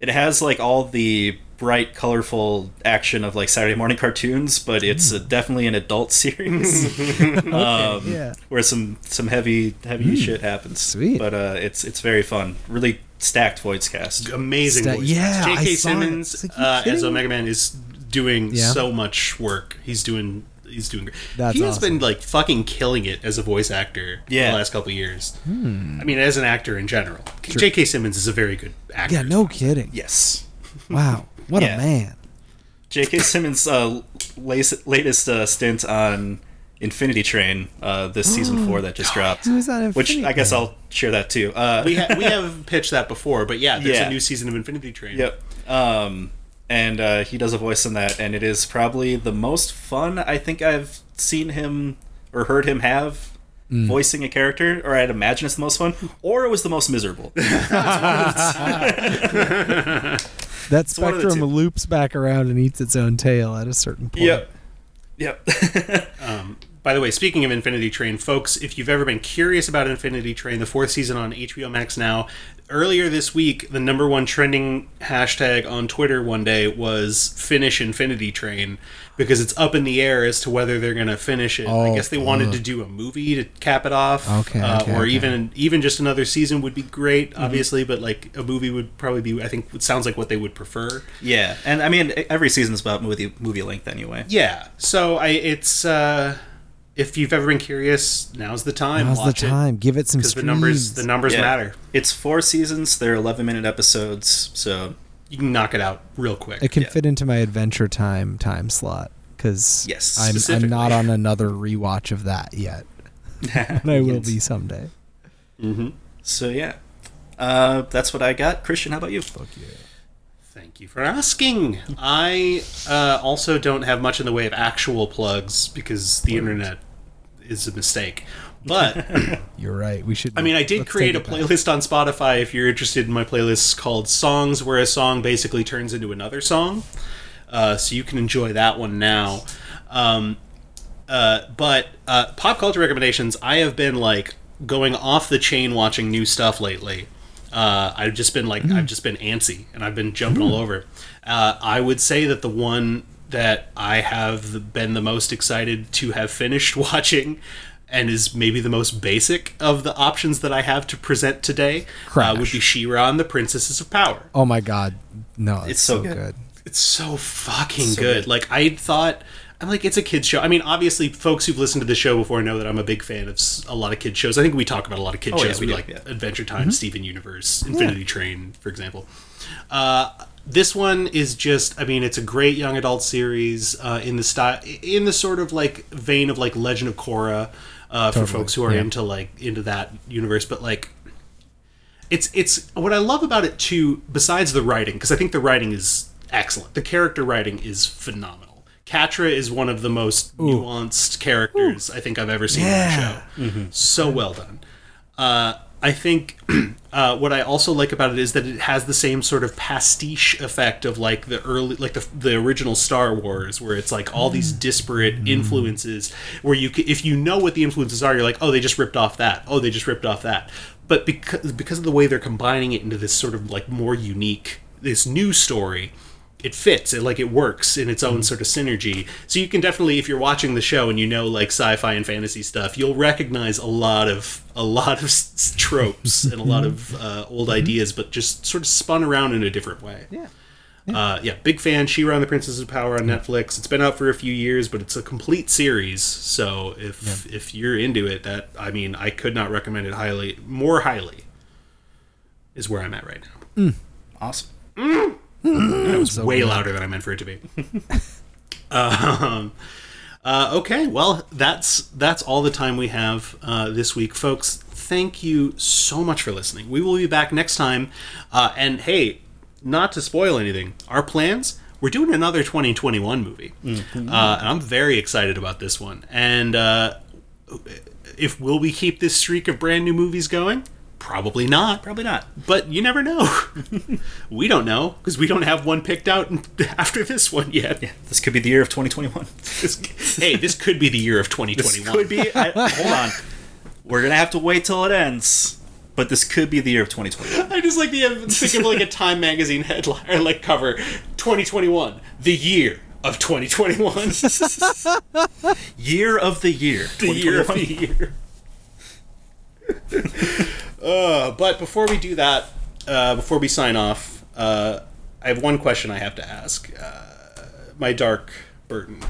Speaker 3: it has like all the bright, colorful action of like Saturday morning cartoons, but
Speaker 2: Hmm.
Speaker 3: it's uh definitely an adult series um,
Speaker 2: yeah.
Speaker 3: where some some heavy heavy shit happens.
Speaker 2: Hmm. Sweet.
Speaker 3: But uh, it's it's very fun. Really stacked voice cast.
Speaker 1: Amazing.
Speaker 2: Sta-
Speaker 1: voice.
Speaker 2: yeah, I
Speaker 1: J.K.
Speaker 2: saw it.
Speaker 1: Simmons
Speaker 2: It's like, you
Speaker 1: uh, as
Speaker 2: kidding?
Speaker 1: Omega Man is doing
Speaker 2: Yeah.
Speaker 1: so much work. He's doing. He's doing great.
Speaker 2: That's
Speaker 1: he has
Speaker 2: awesome.
Speaker 1: been like fucking killing it as a voice actor.
Speaker 3: Yeah.
Speaker 1: the last couple of years. I mean, as an actor in general, J.K. Simmons is a very good actor.
Speaker 2: Hmm. Yeah, no kidding.
Speaker 3: Yes.
Speaker 2: Wow, what
Speaker 3: Yeah.
Speaker 2: a man.
Speaker 3: J.K. Simmons' uh, latest, latest uh, stint on Infinity Train uh, this season four that just dropped.
Speaker 2: Who was Oh, on
Speaker 3: Which
Speaker 2: Infinity
Speaker 3: I guess
Speaker 2: Train?
Speaker 3: I'll share that too. Uh,
Speaker 1: we ha- we have pitched that before, but yeah, there's
Speaker 3: Yeah.
Speaker 1: a new season of Infinity Train.
Speaker 3: yep. Um, and uh, he does a voice in that, and it is probably the most fun I think I've seen him or heard him have.
Speaker 2: Hmm.
Speaker 3: Voicing a character, or I'd imagine it's the most fun, or it was the most miserable.
Speaker 2: That
Speaker 3: one of the
Speaker 2: spectrum
Speaker 3: two.
Speaker 2: loops back around and eats its own tail at a certain point.
Speaker 3: Yep.
Speaker 1: By the way, speaking of Infinity Train, folks, if you've ever been curious about Infinity Train, the fourth season on HBO Max now, earlier this week, the number one trending hashtag on Twitter one day was finish Infinity Train because it's up in the air as to whether they're going to finish it. I
Speaker 2: Oh,
Speaker 1: guess they wanted to do a movie to cap it off.
Speaker 2: Okay,
Speaker 1: uh,
Speaker 2: okay, Mm-hmm.
Speaker 1: or
Speaker 2: okay.
Speaker 1: even even just another season would be great, obviously, but like a movie would probably be, I think, it sounds like what they would prefer.
Speaker 3: yeah. And I mean, every season's about movie, movie length anyway.
Speaker 1: Yeah. So I it's uh if you've ever been curious, now's the time.
Speaker 2: Now's the
Speaker 1: Watch it.
Speaker 2: time. Give it some
Speaker 1: because the numbers
Speaker 2: streams.
Speaker 1: the numbers
Speaker 3: Yeah.
Speaker 1: matter.
Speaker 3: It's four seasons. They're eleven minute episodes, so
Speaker 1: You can knock it out real quick.
Speaker 2: it can
Speaker 3: yeah.
Speaker 2: fit into my adventure time time slot because
Speaker 3: Yes,
Speaker 2: I'm, I'm not on another rewatch of that yet. but I will be someday.
Speaker 3: so yeah. Uh, that's what I got. Christian, how about you? Fuck you.
Speaker 1: Thank you for asking. I uh, also don't have much in the way of actual plugs because the internet is a mistake. But
Speaker 2: You're right. We should.
Speaker 1: I mean, I did
Speaker 2: let's
Speaker 1: create a
Speaker 2: take it back.
Speaker 1: playlist on Spotify if you're interested in my playlist called Songs, where a song basically turns into another song. Uh, so you can enjoy that one now. Um, uh, but uh, pop culture recommendations, I have been like going off the chain watching new stuff lately. Uh, I've just been like, I've just been antsy and I've been jumping all over. Uh, I would say that the one that I have been the most excited to have finished watching and is maybe the most basic of the options that I have to present today uh,
Speaker 2: Crash.
Speaker 1: would be She-Ra and the Princesses of Power.
Speaker 2: Oh my god, no! It's,
Speaker 3: so
Speaker 2: so,
Speaker 3: good.
Speaker 2: good.
Speaker 1: It's so fucking good. Like I thought, I'm like it's a kids show. I mean, obviously, folks who've listened to the show before know that I'm a big fan of s- a lot of kids shows. I think we talk about a lot of kids
Speaker 3: Oh, yeah,
Speaker 1: shows.
Speaker 3: we
Speaker 1: We,
Speaker 3: do,
Speaker 1: like
Speaker 3: yeah. Mm-hmm.
Speaker 1: Adventure Time, Steven Universe, Infinity Train, for example. Uh, this one is just. I mean, it's a great young adult series uh, in the style, in the sort of like vein of like Legend of Korra. Uh, for folks who are into like into that universe, but like it's it's what I love about it too. Besides the writing, because I think the writing is excellent. The character writing is phenomenal. Katra is one of the most nuanced characters I think I've ever seen
Speaker 2: Yeah.
Speaker 1: in the show. So well done. Uh, I think uh, what I also like about it is that it has the same sort of pastiche effect of like the early, like the, the original Star Wars, where it's like all these disparate influences. Where you, c- if you know what the influences are, you're like, oh, they just ripped off that. Oh, they just ripped off that. But because because of the way they're combining it into this sort of like more unique, this new story, it fits it like it works in its own sort of synergy so you can definitely if you're watching the show and you know like sci-fi and fantasy stuff you'll recognize a lot of a lot of s- s- tropes and a lot of uh, old ideas but just sort of spun around in a different way
Speaker 2: Yeah.
Speaker 1: uh, yeah, big fan. She-Ra and the Princess of Power on Netflix. It's been out for a few years, but it's a complete series. So if if you're into it, that I mean, I could not recommend it highly. More highly is where I'm at right now.
Speaker 3: Awesome.
Speaker 2: So
Speaker 1: Way
Speaker 2: good.
Speaker 1: louder than I meant for it to be. um, uh, okay, well that's that's all the time we have uh, this week, folks. Thank you so much for listening. We will be back next time. Uh, and hey, not to spoil anything, our plans. We're doing another 2021 movie, uh, and I'm very excited about this one. And uh, if will we keep this streak of brand new movies going? Probably not.
Speaker 3: Probably not.
Speaker 1: But you never know. we don't know because we don't have one picked out after this one yet.
Speaker 3: This could be the year of 2021.
Speaker 1: This- hey, this could be the year of 2021.
Speaker 3: Could be. I, hold on. We're gonna have to wait till it ends. But this could be the year of 2021.
Speaker 1: I just like the think of like a Time magazine headline or like cover 2021, the year of 2021,
Speaker 3: year of the year.
Speaker 1: the year of the
Speaker 3: 2021.
Speaker 1: year. uh, but before we do that, uh, before we sign off, uh, I have one question I have to ask. Uh, my dark burden.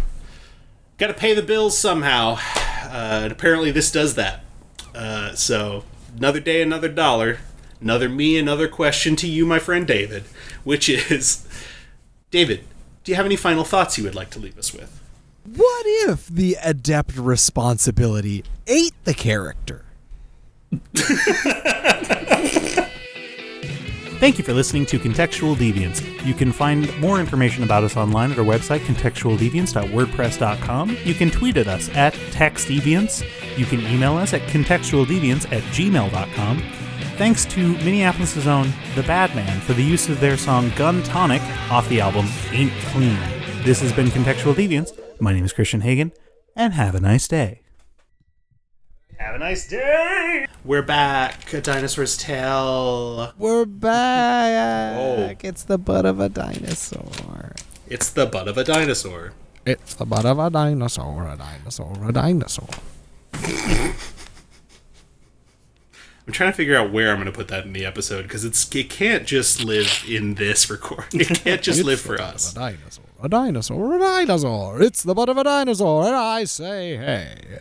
Speaker 1: Got to pay the bills somehow, uh, and apparently this does that. Uh, so another day, another dollar, another me, another question to you, my friend David, which is, David, do you have any final thoughts you would like to leave us with?
Speaker 2: What if the adept responsibility ate the character?
Speaker 5: Thank you for listening to Contextual Deviance. You can find more information about us online at our website, contextualdeviance.wordpress.com. You can tweet at us at textdeviance. You can email us at contextualdeviance at gmail.com. Thanks to Minneapolis' own The Bad Man for the use of their song Gun Tonic off the album Ain't Clean. This has been Contextual Deviance. My name is Christian Hagen, and have a nice day.
Speaker 1: Have a nice day. We're back. A dinosaur's tail.
Speaker 2: We're back. It's the butt of a dinosaur.
Speaker 1: It's the butt of a dinosaur.
Speaker 2: It's the butt of a dinosaur, a dinosaur, a dinosaur.
Speaker 1: I'm trying to figure out where I'm going to put that in the episode because it's it can't just live in this recording. It can't just
Speaker 2: It's
Speaker 1: live
Speaker 2: the
Speaker 1: for
Speaker 2: butt of
Speaker 1: us.
Speaker 2: A dinosaur, a dinosaur, a dinosaur. It's the butt of a dinosaur, and I say hey.